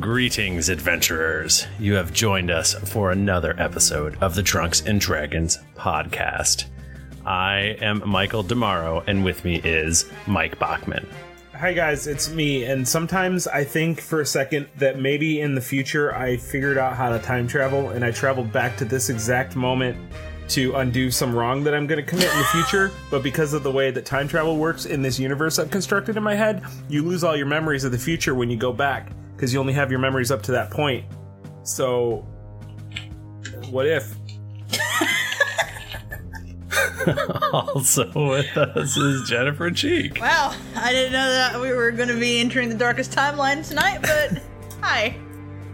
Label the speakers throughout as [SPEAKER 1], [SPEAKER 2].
[SPEAKER 1] Greetings, adventurers. You have joined us for another episode of the Drunks and Dragons podcast. I am Michael Damaro, and with me is Mike Bachman.
[SPEAKER 2] Hi guys, it's me. And sometimes I think for a second that maybe in the future I figured out how to time travel and I traveled back to this exact moment to undo some wrong that I'm going to commit in the future. but because of the way that time travel works in this universe I've constructed in my head, you lose all your memories of the future when you go back because you only have your memories up to that point. So, what if?
[SPEAKER 1] also with us is Jennifer Cheek.
[SPEAKER 3] Wow, I didn't know that we were going to be entering the darkest timeline tonight, but hi.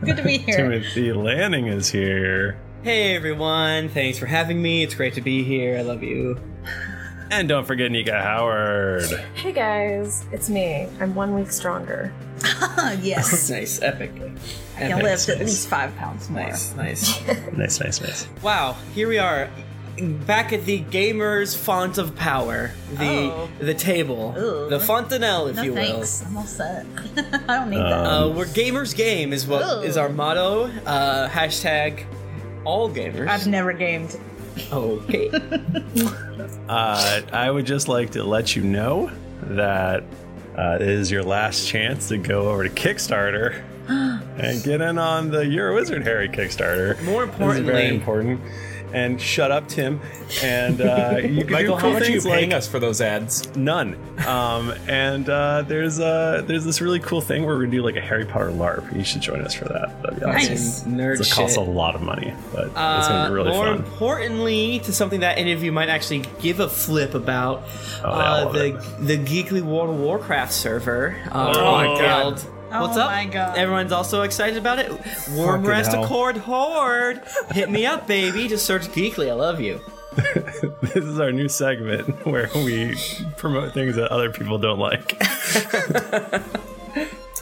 [SPEAKER 3] Good to be here.
[SPEAKER 1] Timothy Lanning is here.
[SPEAKER 4] Hey everyone, thanks for having me. It's great to be here. I love you.
[SPEAKER 1] And don't forget Nika Howard.
[SPEAKER 5] Hey guys, it's me. I'm one week stronger.
[SPEAKER 3] yes.
[SPEAKER 4] Nice, epic.
[SPEAKER 3] I
[SPEAKER 4] Epic.
[SPEAKER 3] lived at
[SPEAKER 4] Nice.
[SPEAKER 3] least five pounds more.
[SPEAKER 4] Nice, nice.
[SPEAKER 1] Nice, nice, nice.
[SPEAKER 4] wow, here we are, back at the gamers' font of power, the
[SPEAKER 3] Oh.
[SPEAKER 4] the table,
[SPEAKER 3] Ooh.
[SPEAKER 4] the fontanelle, if
[SPEAKER 3] No
[SPEAKER 4] you
[SPEAKER 3] thanks. I'm all set. I don't need
[SPEAKER 4] will.
[SPEAKER 3] that.
[SPEAKER 4] Uh, we're gamers game is what is
[SPEAKER 3] Ooh.
[SPEAKER 4] our motto. Uh, hashtag all gamers.
[SPEAKER 3] I've never gamed.
[SPEAKER 4] okay.
[SPEAKER 1] Uh, I would just like to let you know that uh, it is your last chance to go over to Kickstarter and get in on the Euro Wizard Harry Kickstarter.
[SPEAKER 4] More
[SPEAKER 1] This is very
[SPEAKER 4] importantly-
[SPEAKER 1] important. And shut up, Tim. And uh, you can
[SPEAKER 2] Michael,
[SPEAKER 1] do
[SPEAKER 2] how
[SPEAKER 1] cool
[SPEAKER 2] much are you
[SPEAKER 1] things
[SPEAKER 2] paying
[SPEAKER 1] like
[SPEAKER 2] us for those ads?
[SPEAKER 1] none. Um, and uh, there's uh, there's this really cool thing where we're gonna do like a Harry Potter LARP. You should join us for that. That'd be awesome.
[SPEAKER 3] Nice.
[SPEAKER 4] Nerd
[SPEAKER 1] It costs
[SPEAKER 4] shit.
[SPEAKER 1] a lot of money, but it's
[SPEAKER 4] Uh,
[SPEAKER 1] gonna be really
[SPEAKER 4] more
[SPEAKER 1] fun.
[SPEAKER 4] importantly, to something that any of you might actually give a flip about
[SPEAKER 1] Oh, yeah, I
[SPEAKER 4] uh,
[SPEAKER 1] love
[SPEAKER 4] the
[SPEAKER 1] it.
[SPEAKER 4] the Geekly World of Warcraft server. Uh,
[SPEAKER 1] Oh, my
[SPEAKER 4] Rocket
[SPEAKER 1] God.
[SPEAKER 4] Guild.
[SPEAKER 3] Oh,
[SPEAKER 4] What's up?
[SPEAKER 3] my God.
[SPEAKER 4] Everyone's also excited about it. Warm
[SPEAKER 1] Fucking
[SPEAKER 4] Rest
[SPEAKER 1] hell.
[SPEAKER 4] Accord Horde. Hit me up, baby. Just search Geekly. I love you.
[SPEAKER 1] This is our new segment where we promote things that other people don't like.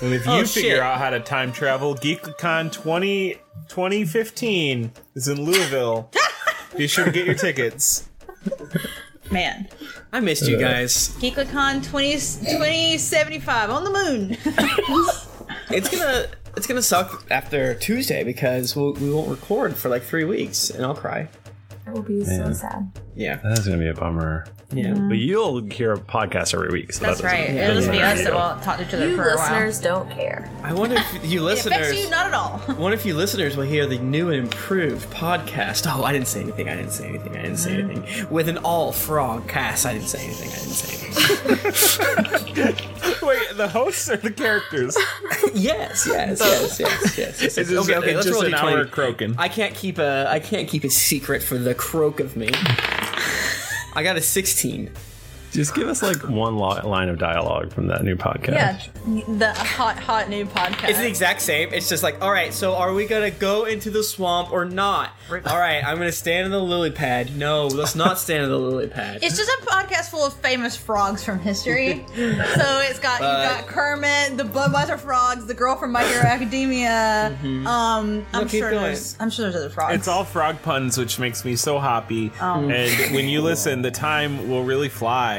[SPEAKER 2] And if
[SPEAKER 4] Oh,
[SPEAKER 2] you
[SPEAKER 4] shit.
[SPEAKER 2] figure out how to time travel, GeekCon 20, 2015 is in Louisville. Be sure to get your tickets.
[SPEAKER 3] Man.
[SPEAKER 4] I missed you guys.
[SPEAKER 3] GeeklyCon 20, 2075 on the moon.
[SPEAKER 4] It's gonna it's gonna suck after Tuesday because we'll, we won't record for like three weeks, and I'll cry.
[SPEAKER 5] That will be
[SPEAKER 1] Man.
[SPEAKER 5] so sad.
[SPEAKER 4] Yeah.
[SPEAKER 1] That's gonna be a bummer.
[SPEAKER 4] Yeah.
[SPEAKER 1] But you'll hear a podcast every week. So
[SPEAKER 3] That's
[SPEAKER 1] that doesn't-
[SPEAKER 3] right.
[SPEAKER 1] that
[SPEAKER 3] It'll just
[SPEAKER 1] doesn't
[SPEAKER 3] be
[SPEAKER 1] matter
[SPEAKER 3] us
[SPEAKER 1] to
[SPEAKER 3] that
[SPEAKER 1] you.
[SPEAKER 3] won't talk to each other
[SPEAKER 5] You
[SPEAKER 3] for a while.
[SPEAKER 5] listeners don't care.
[SPEAKER 4] I wonder if you
[SPEAKER 3] It
[SPEAKER 4] listeners.
[SPEAKER 3] affects you not at all.
[SPEAKER 4] One if you listeners will hear the new and improved podcast. Oh, I didn't say anything. I didn't say anything. I didn't say anything. With an all frog cast. I didn't say anything. I didn't say anything.
[SPEAKER 2] Wait, the hosts or the characters?
[SPEAKER 4] yes, yes, yes, yes, yes. yes, yes.
[SPEAKER 2] It's just,
[SPEAKER 4] okay, okay. Let's
[SPEAKER 2] it's just
[SPEAKER 4] roll
[SPEAKER 2] an hour
[SPEAKER 4] d20.
[SPEAKER 2] croaking.
[SPEAKER 4] I can't keep a. I can't keep a secret for the croak of me. I got a sixteen.
[SPEAKER 1] Just give us like one lo- line of dialogue from that new podcast.
[SPEAKER 3] Yeah. The hot, hot new podcast.
[SPEAKER 4] It's the exact same. It's just like, all right, so are we gonna go into the swamp or not? All right, I'm gonna stand in the lily pad. No, let's not stand in the lily pad.
[SPEAKER 3] It's just a podcast full of famous frogs from history. so it's got you got Kermit, the Budweiser frogs, the girl from My Hero Academia. Um, I'm
[SPEAKER 4] No, keep
[SPEAKER 3] sure
[SPEAKER 4] going.
[SPEAKER 3] there's I'm sure there's other frogs.
[SPEAKER 2] It's all frog puns, which makes me so happy.
[SPEAKER 4] Oh.
[SPEAKER 2] And when you listen, the time will really fly.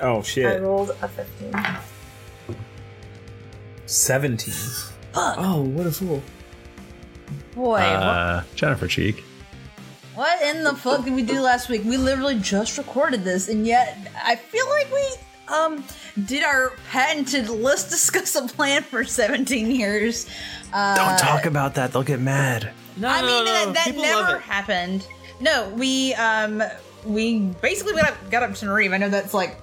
[SPEAKER 2] Oh
[SPEAKER 5] I
[SPEAKER 2] shit.
[SPEAKER 5] rolled a 15.
[SPEAKER 2] 17.
[SPEAKER 4] Oh, what a fool.
[SPEAKER 3] Boy,
[SPEAKER 1] Uh, Jennifer Cheek.
[SPEAKER 3] what in the fuck did we do last week? We literally just recorded this, and yet I feel like we um did our patented let's discuss a plan for 17 years. Uh,
[SPEAKER 1] Don't talk about that. They'll get mad.
[SPEAKER 4] No,
[SPEAKER 3] I
[SPEAKER 4] no,
[SPEAKER 3] mean
[SPEAKER 4] no,
[SPEAKER 3] that, that
[SPEAKER 4] people love
[SPEAKER 3] never
[SPEAKER 4] it.
[SPEAKER 3] happened. No, we um we basically got up, got up to Nareem. I know that's like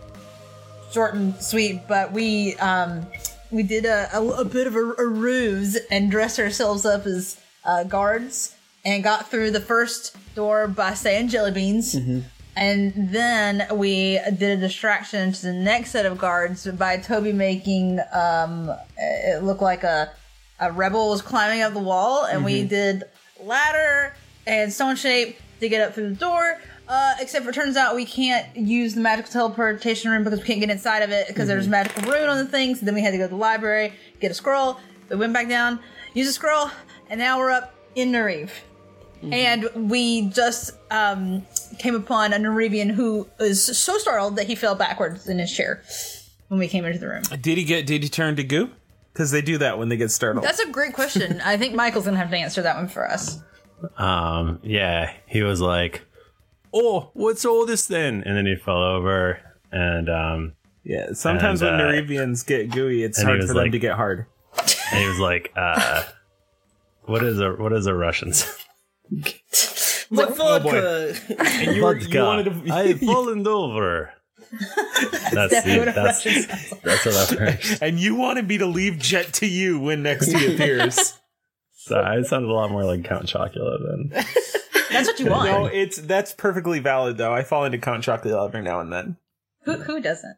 [SPEAKER 3] short and sweet, but we um we did a, a, a bit of a, a ruse and dressed ourselves up as uh, guards and got through the first door by saying jelly beans. And then we did a distraction to the next set of guards by Toby making um, it look like a, a rebel was climbing up the wall, and we
[SPEAKER 6] Mhm.
[SPEAKER 3] did ladder and stone shape to get up through the door. Uh, except for it turns out we can't use the magical teleportation room because we can't get inside of it because there's
[SPEAKER 6] Mhm.
[SPEAKER 3] magical rune on the thing. So then we had to go to the library, get a scroll. We went back down, used a scroll, and now we're up in Nereve Mm-hmm. and we just um, came upon an Arabian who is so startled that he fell backwards in his chair when we came into the room.
[SPEAKER 2] Uh, Did he get? Did he turn to goo? Because they do that when they get startled.
[SPEAKER 3] That's a great question. I think Michael's gonna have to answer that one for us.
[SPEAKER 1] Um, yeah, he was like, "Oh, what's all this then?" And then he fell over, and um,
[SPEAKER 2] yeah, Sometimes when Nerevians get gooey, it's
[SPEAKER 1] uh, and he
[SPEAKER 2] hard for
[SPEAKER 1] was
[SPEAKER 2] them
[SPEAKER 1] like-
[SPEAKER 2] to get hard.
[SPEAKER 1] and he was like, uh, "What is a what is a Russian?"
[SPEAKER 4] What
[SPEAKER 1] Oh, boy.
[SPEAKER 4] vodka?
[SPEAKER 1] And
[SPEAKER 4] you were- you wanted to-
[SPEAKER 1] I've fallen over. That's
[SPEAKER 2] That's
[SPEAKER 1] the,
[SPEAKER 2] what a
[SPEAKER 1] that's,
[SPEAKER 2] Russian
[SPEAKER 1] that's what I've heard.
[SPEAKER 2] and you wanted me to leave Jet to you when next he appears.
[SPEAKER 1] So I sounded a lot more like Count Chocula then.
[SPEAKER 3] That's what you want.
[SPEAKER 2] No, it's that's perfectly valid though. I fall into Count Chocula every now and then.
[SPEAKER 3] Who, who doesn't?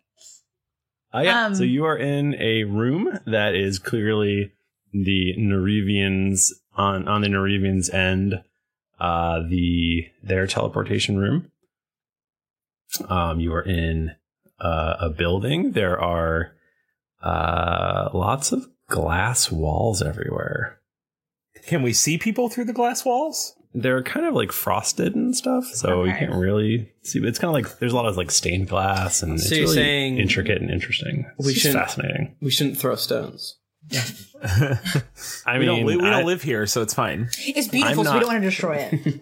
[SPEAKER 1] Oh, yeah.
[SPEAKER 3] Um,
[SPEAKER 1] so you are in a room that is clearly the Nerevians on on the Nerevians end, uh, the their teleportation room. Um, you are in uh, a building. There are uh, lots of glass walls everywhere.
[SPEAKER 2] Can we see people through the glass walls?
[SPEAKER 1] They're kind of like frosted and stuff, so you
[SPEAKER 2] Okay.
[SPEAKER 1] can't really see. It's kind of like there's a lot of like stained glass, and
[SPEAKER 4] So
[SPEAKER 1] it's
[SPEAKER 4] you're
[SPEAKER 1] really
[SPEAKER 4] saying
[SPEAKER 1] intricate and interesting. It's
[SPEAKER 4] we
[SPEAKER 1] just
[SPEAKER 4] shouldn't-
[SPEAKER 1] fascinating.
[SPEAKER 4] We shouldn't throw stones.
[SPEAKER 1] I
[SPEAKER 2] we
[SPEAKER 1] mean,
[SPEAKER 2] don't, li- we
[SPEAKER 1] I-
[SPEAKER 2] don't live here, so it's fine.
[SPEAKER 3] It's
[SPEAKER 1] beautiful, I'm so we not- don't wanna
[SPEAKER 3] to destroy it.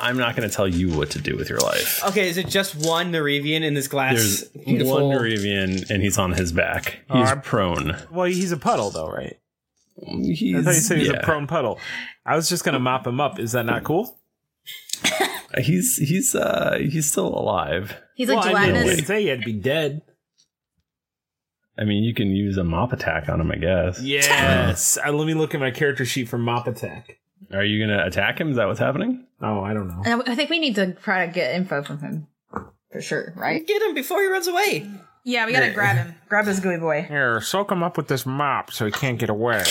[SPEAKER 1] I'm not going to tell you what to do with your life.
[SPEAKER 4] Okay, is it just one Nerevian in this glass?
[SPEAKER 1] There's one Nerevian, and he's on his back.
[SPEAKER 2] Oh,
[SPEAKER 1] He's
[SPEAKER 2] I'm-
[SPEAKER 1] prone.
[SPEAKER 2] Well, he's a puddle though, right? I
[SPEAKER 1] He's,
[SPEAKER 2] thought you said he was
[SPEAKER 1] yeah.
[SPEAKER 2] a prone puddle. I was just gonna mop him up. Is that not cool?
[SPEAKER 1] He's he's uh he's still alive.
[SPEAKER 3] He's like
[SPEAKER 2] I mean, it
[SPEAKER 3] gelatinous.
[SPEAKER 2] didn't say he had to be dead.
[SPEAKER 1] I mean, you can use a mop attack on him, I guess.
[SPEAKER 2] Yes. Uh, let me look at my character sheet for Mop Attack.
[SPEAKER 1] Are you going to attack him? Is that what's happening?
[SPEAKER 2] Oh, I don't know.
[SPEAKER 3] And I I think we need to try to get info from him for sure, right?
[SPEAKER 4] Get him before he runs away.
[SPEAKER 3] Yeah, we gotta grab him. Grab his gooey boy.
[SPEAKER 2] Here, soak him up with this mop so he can't get away.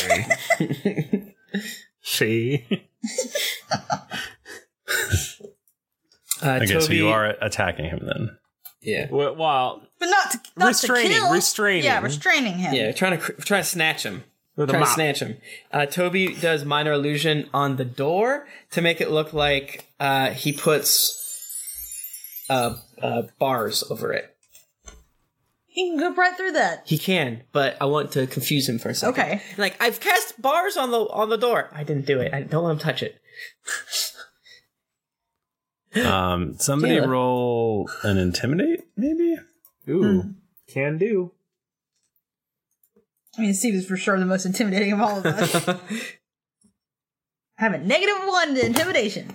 [SPEAKER 2] See?
[SPEAKER 4] Uh,
[SPEAKER 1] okay, so
[SPEAKER 2] Toby-
[SPEAKER 1] you are attacking him then.
[SPEAKER 4] Yeah.
[SPEAKER 2] Well, well
[SPEAKER 3] But not to, not
[SPEAKER 2] Restraining,
[SPEAKER 3] to kill.
[SPEAKER 2] restraining.
[SPEAKER 3] Yeah, restraining him.
[SPEAKER 4] Yeah, trying to cr- trying to snatch him.
[SPEAKER 2] With a
[SPEAKER 4] trying to
[SPEAKER 2] mop.
[SPEAKER 4] snatch him. Uh, Toby does minor illusion on the door to make it look like uh, he puts uh, uh, bars over it.
[SPEAKER 3] He can go right through that.
[SPEAKER 4] He can, but I want to confuse him for a second.
[SPEAKER 3] Okay.
[SPEAKER 4] Like I've cast bars on the on the door. I didn't do it. I don't let him touch it.
[SPEAKER 1] Um, somebody
[SPEAKER 4] Caleb. Hmm.
[SPEAKER 1] roll an intimidate, maybe.
[SPEAKER 2] Ooh, can do.
[SPEAKER 3] I mean, Steve is for sure the most intimidating of all of us. I have a negative one to intimidation.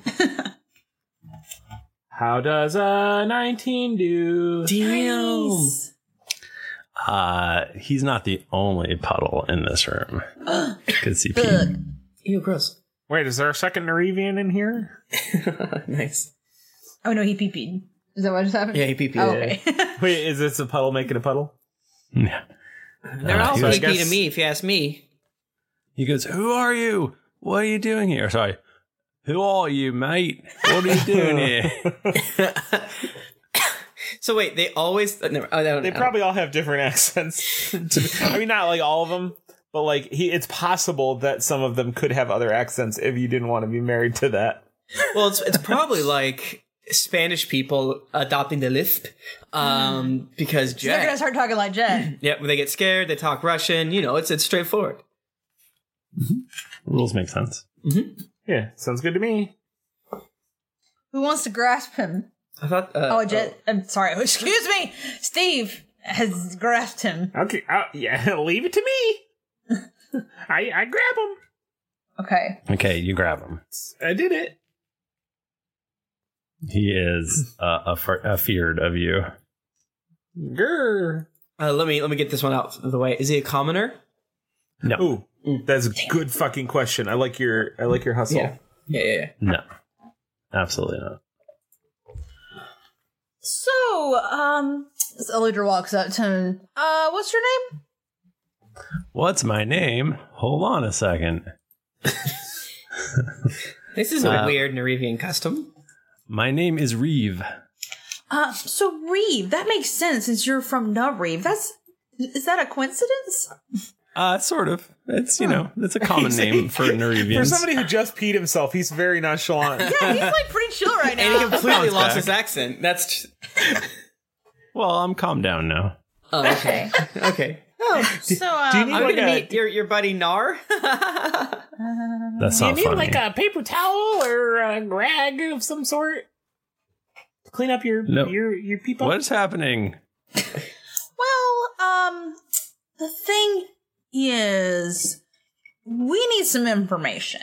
[SPEAKER 2] How does a 19 do?
[SPEAKER 4] Damn.
[SPEAKER 1] Uh, he's not the only puddle in this room. Good CP.
[SPEAKER 4] Ew, gross.
[SPEAKER 2] Wait, is there a second Nerevian in here?
[SPEAKER 4] nice.
[SPEAKER 3] oh no, he pee-peed. Is that what just happened? Oh, okay.
[SPEAKER 2] Wait, is this a puddle making a puddle?
[SPEAKER 1] Yeah.
[SPEAKER 4] They're all
[SPEAKER 1] Uh, so I
[SPEAKER 4] creepy to
[SPEAKER 1] guess-
[SPEAKER 4] me, if you ask me.
[SPEAKER 1] He goes, "Who are you? What are you doing here?" Sorry, who are you, mate? What are you doing here?
[SPEAKER 4] So wait, they always. uh, Never, oh, no,
[SPEAKER 2] They
[SPEAKER 4] no.
[SPEAKER 2] probably all have different accents. to- I mean, not like all of them, but like he, it's possible that some of them could have other accents if you didn't want to be married to that.
[SPEAKER 4] well, it's it's probably like Spanish people adopting the lisp, um, because
[SPEAKER 3] So they're gonna
[SPEAKER 4] Jack.
[SPEAKER 3] start talking like Jet.
[SPEAKER 4] Yeah, when they get scared, they talk Russian. You know, it's it's straightforward.
[SPEAKER 1] Rules make sense.
[SPEAKER 2] Mm-hmm. Yeah, sounds good to me.
[SPEAKER 3] Who wants to grasp him?
[SPEAKER 4] I thought. uh,
[SPEAKER 3] oh, Jet. I'm sorry. Excuse me. Steve has grasped him.
[SPEAKER 2] Okay, uh, yeah, leave it to me. I I grab him.
[SPEAKER 3] Okay.
[SPEAKER 1] Okay, you grab him.
[SPEAKER 2] I did it.
[SPEAKER 1] He is uh, affe- afeared of you.
[SPEAKER 2] Grr.
[SPEAKER 4] Uh, let me let me get this one out of the way. Is he a commoner?
[SPEAKER 1] No.
[SPEAKER 2] Ooh, that's a good fucking question. I like your I like your hustle.
[SPEAKER 4] Mm. Yeah. Yeah, yeah, yeah.
[SPEAKER 1] No, absolutely not.
[SPEAKER 3] So, um, this Eludra walks up to him. Uh, what's your name?
[SPEAKER 1] What's my name? Hold on a second.
[SPEAKER 4] This is a
[SPEAKER 1] Uh,
[SPEAKER 4] weird Nerevian custom.
[SPEAKER 1] My name is Reeve.
[SPEAKER 3] Uh, so Reeve. That makes sense since you're from Nub Reeve. That's is that a coincidence?
[SPEAKER 1] Uh, sort of. It's you know, it's a common
[SPEAKER 2] He's-
[SPEAKER 1] name for Nerevians.
[SPEAKER 2] For somebody who just peed himself, he's very nonchalant.
[SPEAKER 3] yeah, he's like pretty chill right now.
[SPEAKER 4] And he completely
[SPEAKER 1] Sounds
[SPEAKER 4] lost
[SPEAKER 1] back.
[SPEAKER 4] his accent. That's t-
[SPEAKER 1] well, I'm calm down now.
[SPEAKER 4] oh, okay. okay.
[SPEAKER 3] Oh, so um,
[SPEAKER 4] I'm gonna meet your, your buddy Nar.
[SPEAKER 1] That's not funny.
[SPEAKER 2] a paper towel or a rag of some sort to clean up your
[SPEAKER 1] No.
[SPEAKER 2] your your people?
[SPEAKER 1] What is happening?
[SPEAKER 3] Well, um, the thing is, we need some information.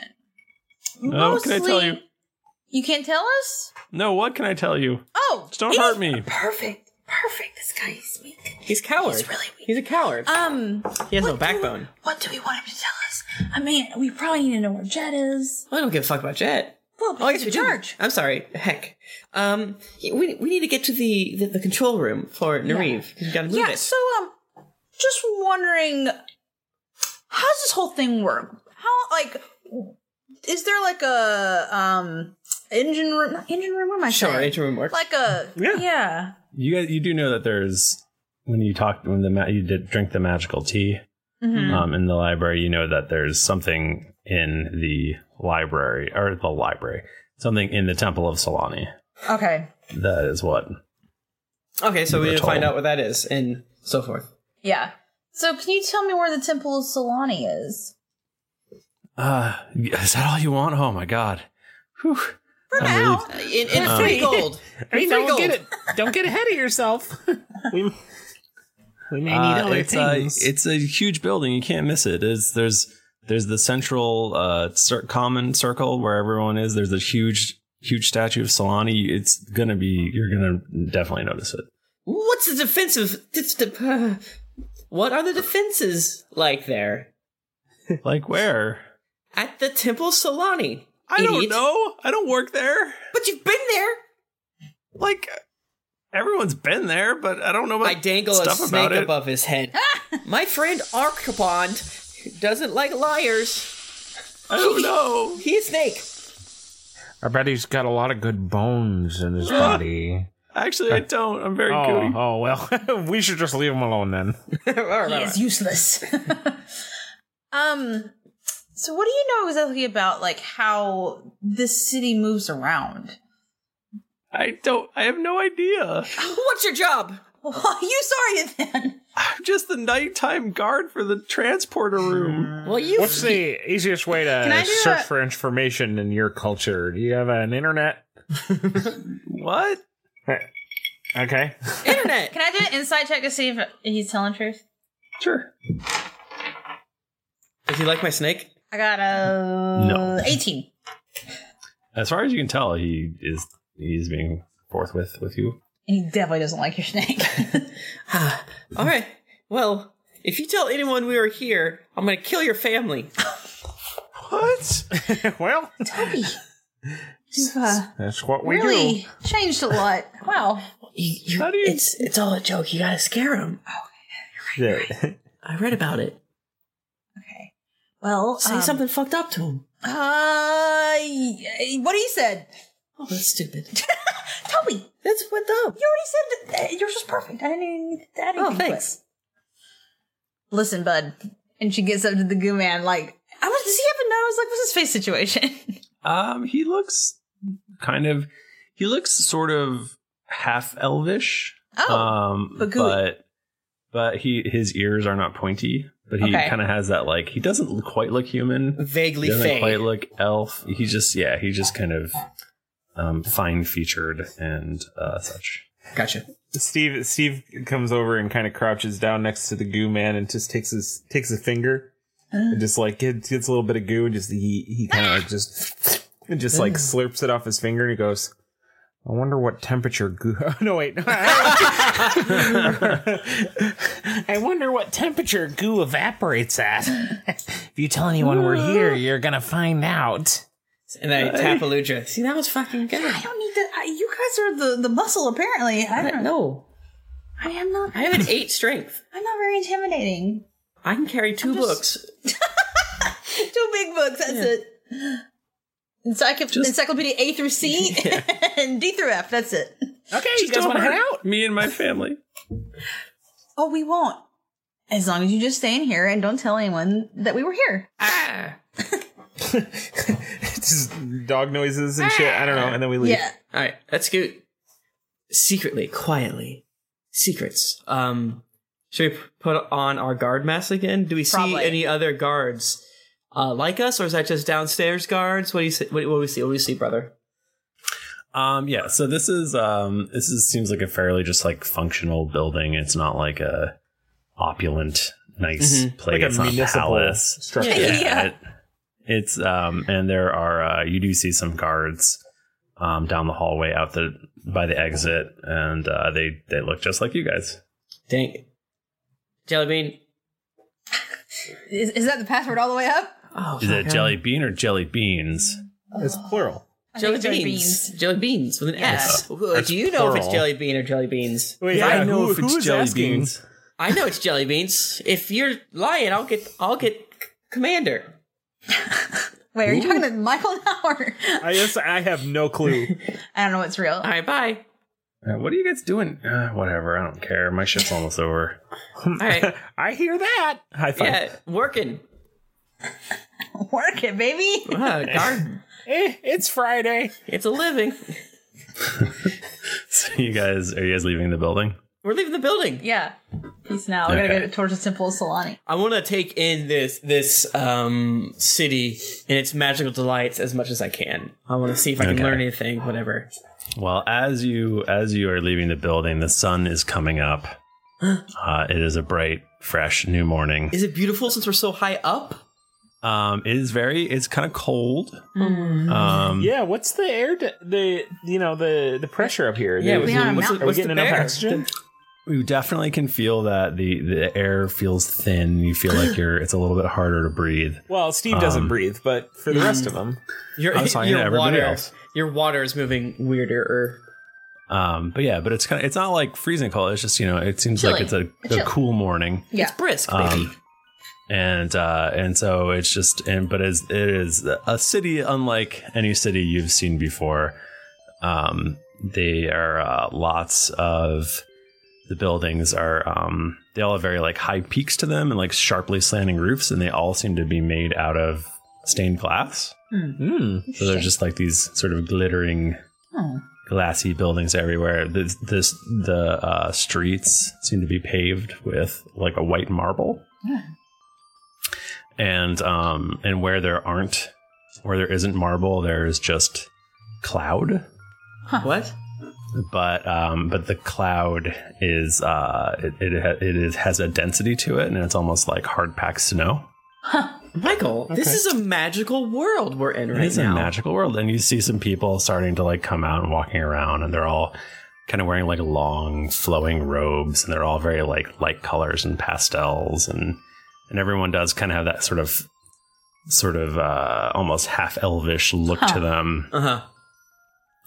[SPEAKER 1] No, what can I tell you?
[SPEAKER 3] You can't tell us?
[SPEAKER 1] No, what can I tell you?
[SPEAKER 3] Oh,
[SPEAKER 1] Just don't
[SPEAKER 3] he's
[SPEAKER 1] hurt me.
[SPEAKER 3] Perfect, perfect. This guy is weak.
[SPEAKER 4] He's coward. He's
[SPEAKER 3] really
[SPEAKER 4] He's a coward.
[SPEAKER 3] Um,
[SPEAKER 4] he has no backbone.
[SPEAKER 3] what do we want him to tell us? I mean, we probably need to know where Jet is.
[SPEAKER 4] I don't give a fuck about Jet.
[SPEAKER 3] Well,
[SPEAKER 4] I
[SPEAKER 3] because
[SPEAKER 4] guess Oh, we
[SPEAKER 3] of
[SPEAKER 4] do.
[SPEAKER 3] George.
[SPEAKER 4] I'm sorry. Heck. Um, we, we need to get to the, the, the control room for Nareev. You gotta move
[SPEAKER 3] Yeah.
[SPEAKER 4] it.
[SPEAKER 3] So, um, just wondering, how's this whole thing work? How like, is there like a um engine room? Not engine room. What am I
[SPEAKER 4] Sure,
[SPEAKER 3] saying?
[SPEAKER 4] engine room works.
[SPEAKER 3] Like a yeah. yeah.
[SPEAKER 1] You guys, you do know that there's when you talk when the ma- you did drink the magical tea
[SPEAKER 3] Mhm.
[SPEAKER 1] um, in the library. You know that there's something in the library or the library, something in the Temple of Solani.
[SPEAKER 3] Okay.
[SPEAKER 1] That is what.
[SPEAKER 4] okay, so we
[SPEAKER 1] We're
[SPEAKER 4] need to find
[SPEAKER 1] told.
[SPEAKER 4] out what that is and so forth.
[SPEAKER 3] Yeah. So, can you tell me where the Temple of Solani is?
[SPEAKER 1] Uh, is that all you want? Oh my god. Whew.
[SPEAKER 3] For
[SPEAKER 1] I
[SPEAKER 3] now.
[SPEAKER 1] believe-
[SPEAKER 4] In, in
[SPEAKER 1] Um,
[SPEAKER 4] free gold.
[SPEAKER 2] I
[SPEAKER 4] Free
[SPEAKER 2] mean, don't
[SPEAKER 4] gold.
[SPEAKER 2] get it. Don't get ahead of yourself. we, we may need
[SPEAKER 1] Uh,
[SPEAKER 2] other
[SPEAKER 1] it's
[SPEAKER 2] things.
[SPEAKER 1] a it's a huge building. You can't miss it. It's, there's there's the central uh, cir- common circle where everyone is. There's a huge huge statue of Solani. It's gonna be you're gonna definitely notice it.
[SPEAKER 4] What's the defensive? it's the- uh, What are the defenses like there
[SPEAKER 1] Like where?
[SPEAKER 4] at the Temple Solani?
[SPEAKER 1] I don't
[SPEAKER 4] idiot?
[SPEAKER 1] know. I don't work there.
[SPEAKER 4] But you've been there.
[SPEAKER 1] Like everyone's been there, but I don't know about
[SPEAKER 4] I dangle a
[SPEAKER 1] stuff
[SPEAKER 4] snake
[SPEAKER 1] about it.
[SPEAKER 4] above his head. My friend Archibond doesn't like liars.
[SPEAKER 1] I don't know.
[SPEAKER 4] He's a snake.
[SPEAKER 2] I bet he's got a lot of good bones in his body.
[SPEAKER 1] Actually, I don't. I'm very
[SPEAKER 2] Oh,
[SPEAKER 1] gooey.
[SPEAKER 2] oh well, we should just leave him alone then.
[SPEAKER 4] All right,
[SPEAKER 3] He
[SPEAKER 4] all
[SPEAKER 3] is
[SPEAKER 4] right.
[SPEAKER 3] useless. um. So, what do you know exactly about like how this city moves around?
[SPEAKER 1] I don't. I have no idea.
[SPEAKER 4] What's your job?
[SPEAKER 3] Well, you started then.
[SPEAKER 1] I'm just the nighttime guard for the transporter room.
[SPEAKER 4] Well, you.
[SPEAKER 2] What's the easiest way
[SPEAKER 3] Can I
[SPEAKER 2] to
[SPEAKER 3] do
[SPEAKER 2] search
[SPEAKER 3] a-
[SPEAKER 2] for information in your culture? Do you have an internet?
[SPEAKER 1] What?
[SPEAKER 2] Okay.
[SPEAKER 4] internet?
[SPEAKER 3] Can I do an insight check to see if he's telling the truth?
[SPEAKER 1] Sure.
[SPEAKER 4] Does he like my snake?
[SPEAKER 3] I got a
[SPEAKER 1] No.
[SPEAKER 3] 18.
[SPEAKER 1] As far as you can tell, he is he's being forthwith with you.
[SPEAKER 3] He definitely doesn't like your snake.
[SPEAKER 4] All right. Well, if you tell anyone we are here, I'm going to kill your family.
[SPEAKER 2] what? well,
[SPEAKER 3] Toby. You've uh,
[SPEAKER 2] That's what we do.
[SPEAKER 3] really changed a lot. Wow.
[SPEAKER 4] How do you... It's it's all a joke. You got to scare him. I read about it.
[SPEAKER 3] Well,
[SPEAKER 4] Say
[SPEAKER 3] um,
[SPEAKER 4] something fucked up to him.
[SPEAKER 3] Uh, y- y- what he said.
[SPEAKER 4] Oh, that's stupid.
[SPEAKER 3] Toby,
[SPEAKER 4] that's what up.
[SPEAKER 3] You already said that, uh, yours was perfect. I didn't even need to add anything.
[SPEAKER 4] Oh, thanks.
[SPEAKER 3] But- Listen, bud. And she gets up to the goo man. Like, I was. Does he have a note? I was like, what's his face situation?
[SPEAKER 1] Um, he looks kind of he looks sort of half elvish.
[SPEAKER 3] Oh,
[SPEAKER 1] um,
[SPEAKER 3] but gooey.
[SPEAKER 1] but but he his ears are not pointy. But he
[SPEAKER 3] Okay.
[SPEAKER 1] kind of has that like he doesn't look- quite look human.
[SPEAKER 4] Vaguely
[SPEAKER 1] He doesn't
[SPEAKER 4] fey.
[SPEAKER 1] quite look elf. He just yeah he just kind of um, fine featured and uh, such.
[SPEAKER 4] Gotcha.
[SPEAKER 2] Steve Steve comes over and kind of crouches down next to the goo man and just takes his takes a finger and just like gets, gets a little bit of goo and just he he kind of like just and just like
[SPEAKER 4] Ew.
[SPEAKER 2] slurps it off his finger and he goes, I wonder what temperature goo. Oh, no wait, I wonder what temperature goo evaporates at. if you tell anyone we're here, you're gonna find out.
[SPEAKER 4] And then I
[SPEAKER 2] Uh,
[SPEAKER 4] tap Aludra. See, that was fucking good.
[SPEAKER 3] I don't need to. I, you guys are the the muscle apparently. I don't
[SPEAKER 4] know.
[SPEAKER 3] I am not.
[SPEAKER 4] I have an eight strength.
[SPEAKER 3] I'm not very intimidating.
[SPEAKER 4] I can carry two books.
[SPEAKER 3] Two big books. That's it. Encycl- Encyclopedia A through C and D through F. That's it.
[SPEAKER 2] Okay,
[SPEAKER 3] you guys wanna head out?
[SPEAKER 1] Me and my family.
[SPEAKER 3] Oh, we won't. As long as you just stay in here and don't tell anyone that we were here.
[SPEAKER 4] Ah.
[SPEAKER 2] just dog noises and shit. I don't know. And then we leave.
[SPEAKER 3] Yeah.
[SPEAKER 4] All right, let's scoot. Secretly, quietly, secrets. Um, should we p- put on our guard masks again? Do we see
[SPEAKER 3] Probably.
[SPEAKER 4] any other guards uh, like us, or is that just downstairs guards? What do you see? What, what do we see? What do we see, brother?
[SPEAKER 1] Um, yeah. So this is um, this is seems like a fairly just like functional building. It's not like a opulent, nice
[SPEAKER 2] Mhm.
[SPEAKER 1] place.
[SPEAKER 2] Like a
[SPEAKER 1] it's not
[SPEAKER 2] municipal
[SPEAKER 1] palace.
[SPEAKER 2] structure.
[SPEAKER 1] Yeah.
[SPEAKER 2] Yeah.
[SPEAKER 1] it- it's um, and there are uh, you do see some guards um down the hallway out the by the exit, and uh, they they look just like you guys.
[SPEAKER 4] Dang, it. Jellybean.
[SPEAKER 3] Is, is that the password all the way up?
[SPEAKER 4] Oh,
[SPEAKER 1] is it jelly bean or jelly beans?
[SPEAKER 2] It's plural.
[SPEAKER 3] I
[SPEAKER 4] Jelly
[SPEAKER 3] think jelly
[SPEAKER 4] beans. Jelly beans with an
[SPEAKER 3] Yeah.
[SPEAKER 4] S.
[SPEAKER 1] Oh,
[SPEAKER 4] Well,
[SPEAKER 1] that's
[SPEAKER 4] do you know if it's
[SPEAKER 1] plural.
[SPEAKER 4] jelly bean or jelly beans?
[SPEAKER 2] Wait, Yeah, yeah, I know who- if it's who is jelly asking?
[SPEAKER 1] beans.
[SPEAKER 4] I know it's jelly beans. If you're lying, I'll get I'll get c- commander.
[SPEAKER 3] Wait, are you talking to Michael now? Or?
[SPEAKER 2] I guess I have no clue.
[SPEAKER 3] I don't know what's real. All
[SPEAKER 4] right, bye.
[SPEAKER 1] Uh, what are you guys doing? Uh, whatever, I don't care. My shift's almost over.
[SPEAKER 4] All right,
[SPEAKER 2] I hear that. High
[SPEAKER 1] five.
[SPEAKER 4] Yeah, working.
[SPEAKER 3] Work it, baby.
[SPEAKER 4] Wow, darn.
[SPEAKER 2] Eh, it's Friday.
[SPEAKER 4] It's a living.
[SPEAKER 1] So you guys are you guys leaving the building?
[SPEAKER 4] We're leaving the building.
[SPEAKER 3] Yeah. Peace now. We're
[SPEAKER 1] Okay.
[SPEAKER 3] gonna go towards the Temple of Solani.
[SPEAKER 4] I want to take in this this um, city and its magical delights as much as I can. I want to see if I can
[SPEAKER 1] Okay.
[SPEAKER 4] learn anything, whatever.
[SPEAKER 1] Well, as you as you are leaving the building, the sun is coming up. Uh, it is a bright, fresh new morning.
[SPEAKER 4] Is it beautiful since we're so high up?
[SPEAKER 1] Um, it is very. It's kind of cold. Um,
[SPEAKER 2] yeah, what's the air? d the you know the the pressure up here.
[SPEAKER 1] Yeah,
[SPEAKER 2] Is-
[SPEAKER 1] we are
[SPEAKER 2] what's
[SPEAKER 1] now-
[SPEAKER 2] the- are we
[SPEAKER 1] what's the
[SPEAKER 2] getting enough
[SPEAKER 1] bear?
[SPEAKER 2] oxygen?
[SPEAKER 1] You definitely can feel that the the air feels thin. You feel like you're. It's a little bit harder to breathe.
[SPEAKER 2] Well, Steve doesn't
[SPEAKER 1] Um,
[SPEAKER 2] breathe, but for the rest of them,
[SPEAKER 4] Your,
[SPEAKER 1] I was talking to
[SPEAKER 4] your
[SPEAKER 1] everybody
[SPEAKER 4] water,
[SPEAKER 1] else.
[SPEAKER 4] your water is moving weirder.
[SPEAKER 1] Um, but yeah, but it's kind of. It's not like freezing cold. It's just you know. It seems like it's
[SPEAKER 4] Chilly.
[SPEAKER 1] a,
[SPEAKER 4] Chill.
[SPEAKER 1] a cool morning.
[SPEAKER 4] Yeah. It's brisk, baby.
[SPEAKER 1] Um, and uh, and so it's just and but as it is a city unlike any city you've seen before. Um, they are uh, lots of the buildings are um, they all have very like high peaks to them and like sharply slanting roofs, and they all seem to be made out of stained glass.
[SPEAKER 4] Hmm.
[SPEAKER 2] Hmm.
[SPEAKER 1] So they're just like these sort of glittering
[SPEAKER 3] Oh.
[SPEAKER 1] glassy buildings everywhere. The this the uh, streets seem to be paved with like a white marble, and um and where there aren't where there isn't marble, there is just cloud.
[SPEAKER 4] What?
[SPEAKER 1] But um but the cloud is uh it it, ha- it is, has a density to it, and it's almost like hard packed snow.
[SPEAKER 4] Michael, this is a magical world we're in
[SPEAKER 1] It is
[SPEAKER 4] right
[SPEAKER 1] a
[SPEAKER 4] now.
[SPEAKER 1] magical world. And you see some people starting to like come out and walking around, and they're all kind of wearing like long flowing robes, and they're all very like light colors and pastels, and and everyone does kind of have that sort of sort of uh, almost half elvish look
[SPEAKER 4] Huh.
[SPEAKER 1] to them.
[SPEAKER 4] Uh huh.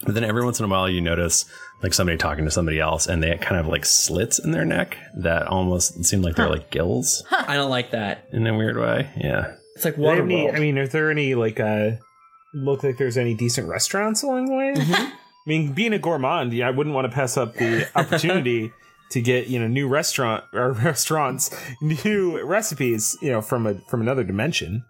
[SPEAKER 1] But then every once in a while, you notice like somebody talking to somebody else, and they kind of like slits in their neck that almost seem like they're like gills
[SPEAKER 4] I don't like that.
[SPEAKER 1] in a weird way. Yeah.
[SPEAKER 4] It's like
[SPEAKER 2] Are there any-
[SPEAKER 4] Waterworld.
[SPEAKER 2] I mean, are there any like uh look like there's any decent restaurants along the way? I mean, being a gourmand, yeah, I wouldn't want to pass up the opportunity to get you know new restaurant or restaurants, new recipes, you know, from a from another dimension.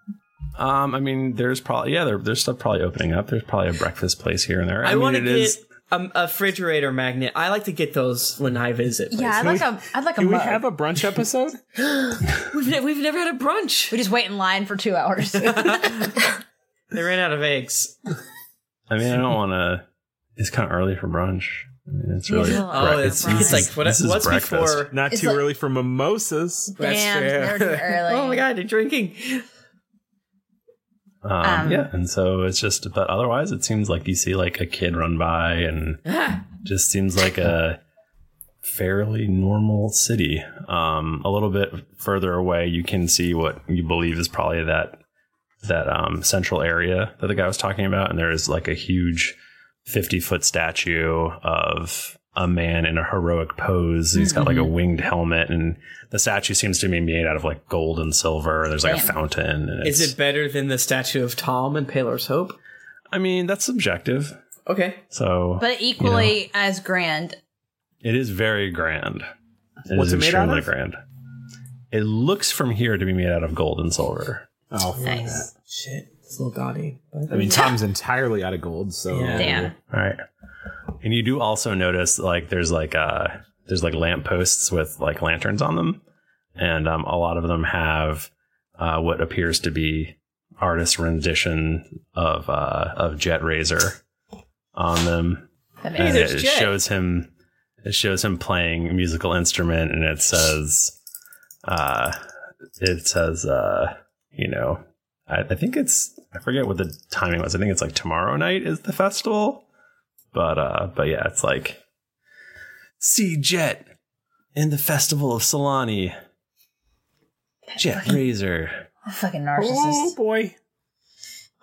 [SPEAKER 4] Uh,
[SPEAKER 1] Um, I mean, there's probably yeah, there, there's stuff probably opening up. There's probably a breakfast place here and there.
[SPEAKER 4] I,
[SPEAKER 1] mean,
[SPEAKER 4] want to
[SPEAKER 1] it
[SPEAKER 4] get
[SPEAKER 1] is-
[SPEAKER 4] a, a refrigerator magnet. I like to get those when I visit.
[SPEAKER 3] Yeah, I'd
[SPEAKER 4] places.
[SPEAKER 3] like a, I'd like a
[SPEAKER 4] do we
[SPEAKER 3] mug.
[SPEAKER 4] have
[SPEAKER 2] a brunch episode?
[SPEAKER 3] we've, ne- we've never had a brunch. We just wait in line for two hours.
[SPEAKER 4] They ran out of eggs.
[SPEAKER 1] I mean, I don't want to. It's kind of early for brunch. I mean, it's really.
[SPEAKER 4] Yeah. Oh,
[SPEAKER 1] breakfast.
[SPEAKER 4] it's-
[SPEAKER 1] This
[SPEAKER 4] it's like,
[SPEAKER 1] is-
[SPEAKER 4] what-
[SPEAKER 1] this is
[SPEAKER 4] what's
[SPEAKER 1] breakfast.
[SPEAKER 4] before-
[SPEAKER 2] Not
[SPEAKER 4] It's
[SPEAKER 2] too
[SPEAKER 4] like-
[SPEAKER 2] early for mimosas.
[SPEAKER 4] Damn, fair. they're too early. Oh my God, they're drinking.
[SPEAKER 1] Um,
[SPEAKER 4] Um,
[SPEAKER 1] yeah, and so it's just. But otherwise, it seems like you see like a kid run by, and just seems like a fairly normal city. Um, a little bit further away, you can see what you believe is probably that that um, central area that the guy was talking about, and there is like a huge fifty foot statue of a man in a heroic pose. He's got like a
[SPEAKER 4] Mhm.
[SPEAKER 1] winged helmet, and the statue seems to be made out of like gold and silver. There's like a
[SPEAKER 4] Damn.
[SPEAKER 1] fountain. And
[SPEAKER 4] Is
[SPEAKER 1] it's,
[SPEAKER 4] it better than the statue of Tom and Paler's Hope?
[SPEAKER 1] I mean, that's subjective.
[SPEAKER 4] Okay.
[SPEAKER 1] So,
[SPEAKER 3] but
[SPEAKER 1] you know,
[SPEAKER 3] equally as grand.
[SPEAKER 1] it is very grand. It is
[SPEAKER 2] What's it made out
[SPEAKER 1] extremely
[SPEAKER 2] of?
[SPEAKER 1] grand. It looks from here to be made out of gold and silver.
[SPEAKER 2] Oh, fuck
[SPEAKER 4] Nice. Shit, it's a little gaudy.
[SPEAKER 2] that. I mean, Tom's entirely out of gold, so
[SPEAKER 4] Yeah. Damn.
[SPEAKER 1] All right. And you do also notice like there's like uh there's like lampposts with like lanterns on them. And um, a lot of them have uh, what appears to be artist rendition of uh, of Jet Razor on them.
[SPEAKER 3] That
[SPEAKER 1] And
[SPEAKER 3] makes-
[SPEAKER 1] it
[SPEAKER 3] Jet.
[SPEAKER 1] shows him it shows him playing a musical instrument and it says uh it says uh you know I, I think it's I forget what the timing was. I think it's like tomorrow night is the festival. But uh but yeah, it's like See Jet in the festival of Solani. Jet Razor.
[SPEAKER 3] A fucking narcissist.
[SPEAKER 2] Oh, boy.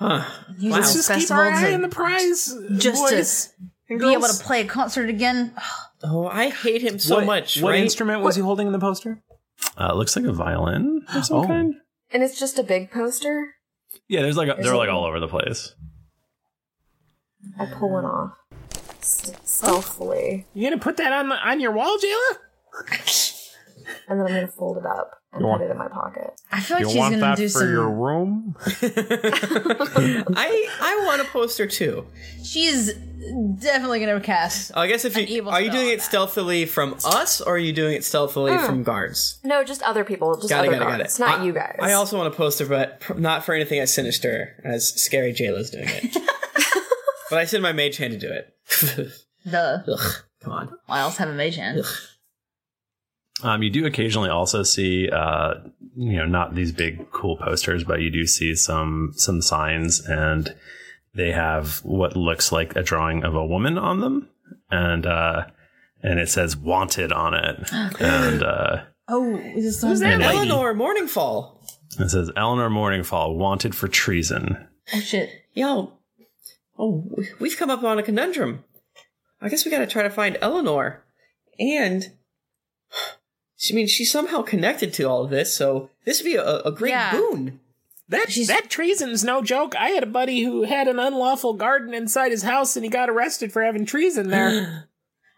[SPEAKER 4] Huh.
[SPEAKER 3] Using
[SPEAKER 2] Let's just keep our
[SPEAKER 3] festivals
[SPEAKER 2] eye
[SPEAKER 3] and-
[SPEAKER 2] on the prize.
[SPEAKER 3] Just
[SPEAKER 2] boys
[SPEAKER 3] to
[SPEAKER 2] and
[SPEAKER 3] be able
[SPEAKER 2] girls.
[SPEAKER 3] to play a concert again.
[SPEAKER 4] Oh, I hate him
[SPEAKER 3] so
[SPEAKER 2] What-
[SPEAKER 3] much,
[SPEAKER 2] What
[SPEAKER 3] right?
[SPEAKER 2] instrument was he holding in the poster?
[SPEAKER 1] Uh, it looks like a violin of some
[SPEAKER 2] Oh.
[SPEAKER 1] kind.
[SPEAKER 5] And it's just a big poster.
[SPEAKER 1] Yeah, there's like a,
[SPEAKER 5] Is
[SPEAKER 1] they're
[SPEAKER 5] it-
[SPEAKER 1] like all over the place.
[SPEAKER 5] I pull one off S- stealthily,
[SPEAKER 2] You gonna put that on the, on your wall, Jayla?
[SPEAKER 5] and then I'm gonna fold it up and
[SPEAKER 2] You
[SPEAKER 5] put
[SPEAKER 2] want-
[SPEAKER 5] it in my pocket.
[SPEAKER 3] I feel
[SPEAKER 2] you want that for your room?
[SPEAKER 4] I I want a poster too.
[SPEAKER 3] She's definitely gonna cast.
[SPEAKER 4] I guess if you are you doing it stealthily from us or are you doing it stealthily
[SPEAKER 5] Mm.
[SPEAKER 4] from guards?
[SPEAKER 5] No, just other people. Just
[SPEAKER 4] got it,
[SPEAKER 5] other
[SPEAKER 4] got it, got it.
[SPEAKER 5] guys. Not
[SPEAKER 4] I,
[SPEAKER 5] you guys.
[SPEAKER 4] I also want a poster, but pr- not for anything as sinister as Scary Jayla's doing it. but I send my mage hand to do it.
[SPEAKER 3] Duh.
[SPEAKER 4] Ugh, come on.
[SPEAKER 3] I also have a mage hand.
[SPEAKER 1] Um, you do occasionally also see, uh, you know, not these big cool posters, but you do see some some signs, and they have what looks like a drawing of a woman on them, and uh, and it says "wanted" on it, and uh,
[SPEAKER 3] Oh, is this
[SPEAKER 4] Who's
[SPEAKER 1] one-
[SPEAKER 4] that?
[SPEAKER 1] Hey, Maggie.
[SPEAKER 4] Eleanor Morningfall.
[SPEAKER 1] it says Eleanor Morningfall wanted for treason.
[SPEAKER 3] Oh shit.
[SPEAKER 4] Yo. Oh, we- we've come up on a conundrum. I guess we gotta try to find Eleanor. And I mean she's somehow connected to all of this, so this would be a, a great boon.
[SPEAKER 2] That that treason's no joke. I had a buddy who had an unlawful garden inside his house, and he got arrested for having treason there.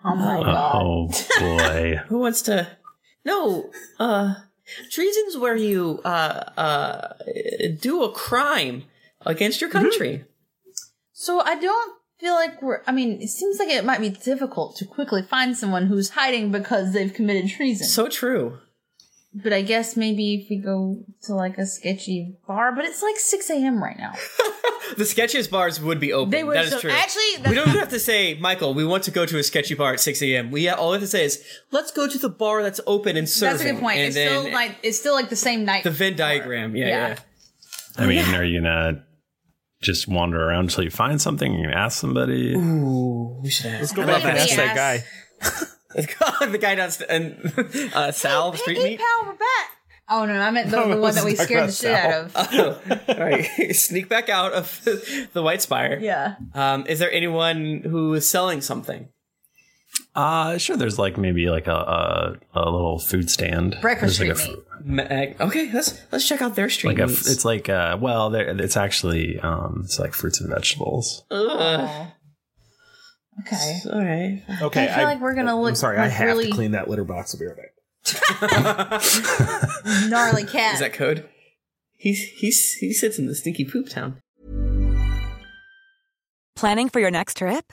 [SPEAKER 3] oh my
[SPEAKER 1] Oh boy!
[SPEAKER 4] Who wants to No, uh treason's where you uh uh do a crime against your country.
[SPEAKER 3] So I don't feel like we're. I mean, it seems like it might be difficult to quickly find someone who's hiding because they've committed treason.
[SPEAKER 4] So true.
[SPEAKER 3] But I guess maybe if we go to like a sketchy bar, but it's like 6 a.m. right now.
[SPEAKER 4] The sketchiest bars would be open.
[SPEAKER 3] They would-
[SPEAKER 4] that is
[SPEAKER 3] so
[SPEAKER 4] true.
[SPEAKER 3] actually,
[SPEAKER 4] we don't even have to say, Michael. We want to go to a sketchy bar at six a.m. We all we have to say is, let's go to the bar that's open and serving.
[SPEAKER 3] That's a good point.
[SPEAKER 4] And
[SPEAKER 3] it's
[SPEAKER 4] then
[SPEAKER 3] still like it's still like the same night.
[SPEAKER 4] the Venn diagram. Yeah, yeah.
[SPEAKER 3] Yeah.
[SPEAKER 1] I mean, are you gonna just wander around until you find something? You gonna ask somebody?
[SPEAKER 4] Ooh, we should
[SPEAKER 1] Oh,
[SPEAKER 4] ask.
[SPEAKER 7] Let's go back and ask that guy.
[SPEAKER 4] God, the guy downstairs and uh, Sal, the street
[SPEAKER 3] Hey,
[SPEAKER 4] meat.
[SPEAKER 3] pal, we're back. Oh no, I meant the, the one that we scared the shit out of.
[SPEAKER 4] Oh, right, sneak back out of the White Spire.
[SPEAKER 3] Yeah.
[SPEAKER 4] Um, is there anyone who is selling something?
[SPEAKER 1] Uh sure. There's like maybe like a a, a little food stand.
[SPEAKER 4] Breakfast
[SPEAKER 1] There's, like,
[SPEAKER 4] street
[SPEAKER 1] a fr-
[SPEAKER 4] Ma- uh, Okay, let's let's check out their street.
[SPEAKER 1] like a f-
[SPEAKER 4] meats.
[SPEAKER 1] it's like uh well there it's actually um it's like fruits and vegetables.
[SPEAKER 4] Ugh.
[SPEAKER 3] Okay.
[SPEAKER 4] All right.
[SPEAKER 7] Okay.
[SPEAKER 3] I feel like we're gonna look
[SPEAKER 7] I'm sorry, I
[SPEAKER 3] like
[SPEAKER 7] have
[SPEAKER 3] really-
[SPEAKER 7] to clean that litter box. I'll be right back.
[SPEAKER 3] Gnarly cat.
[SPEAKER 4] Is that code? He's he's he sits in the stinky poop town.
[SPEAKER 8] Planning for your next trip?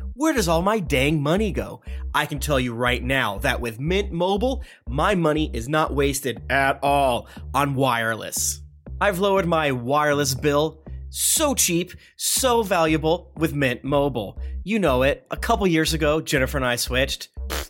[SPEAKER 9] where does all my dang money go? I can tell you right now that with Mint Mobile, my money is not wasted at all on wireless. I've lowered my wireless bill. So cheap, so valuable with Mint Mobile. You know it. A couple years ago, Jennifer and I switched. Pfft,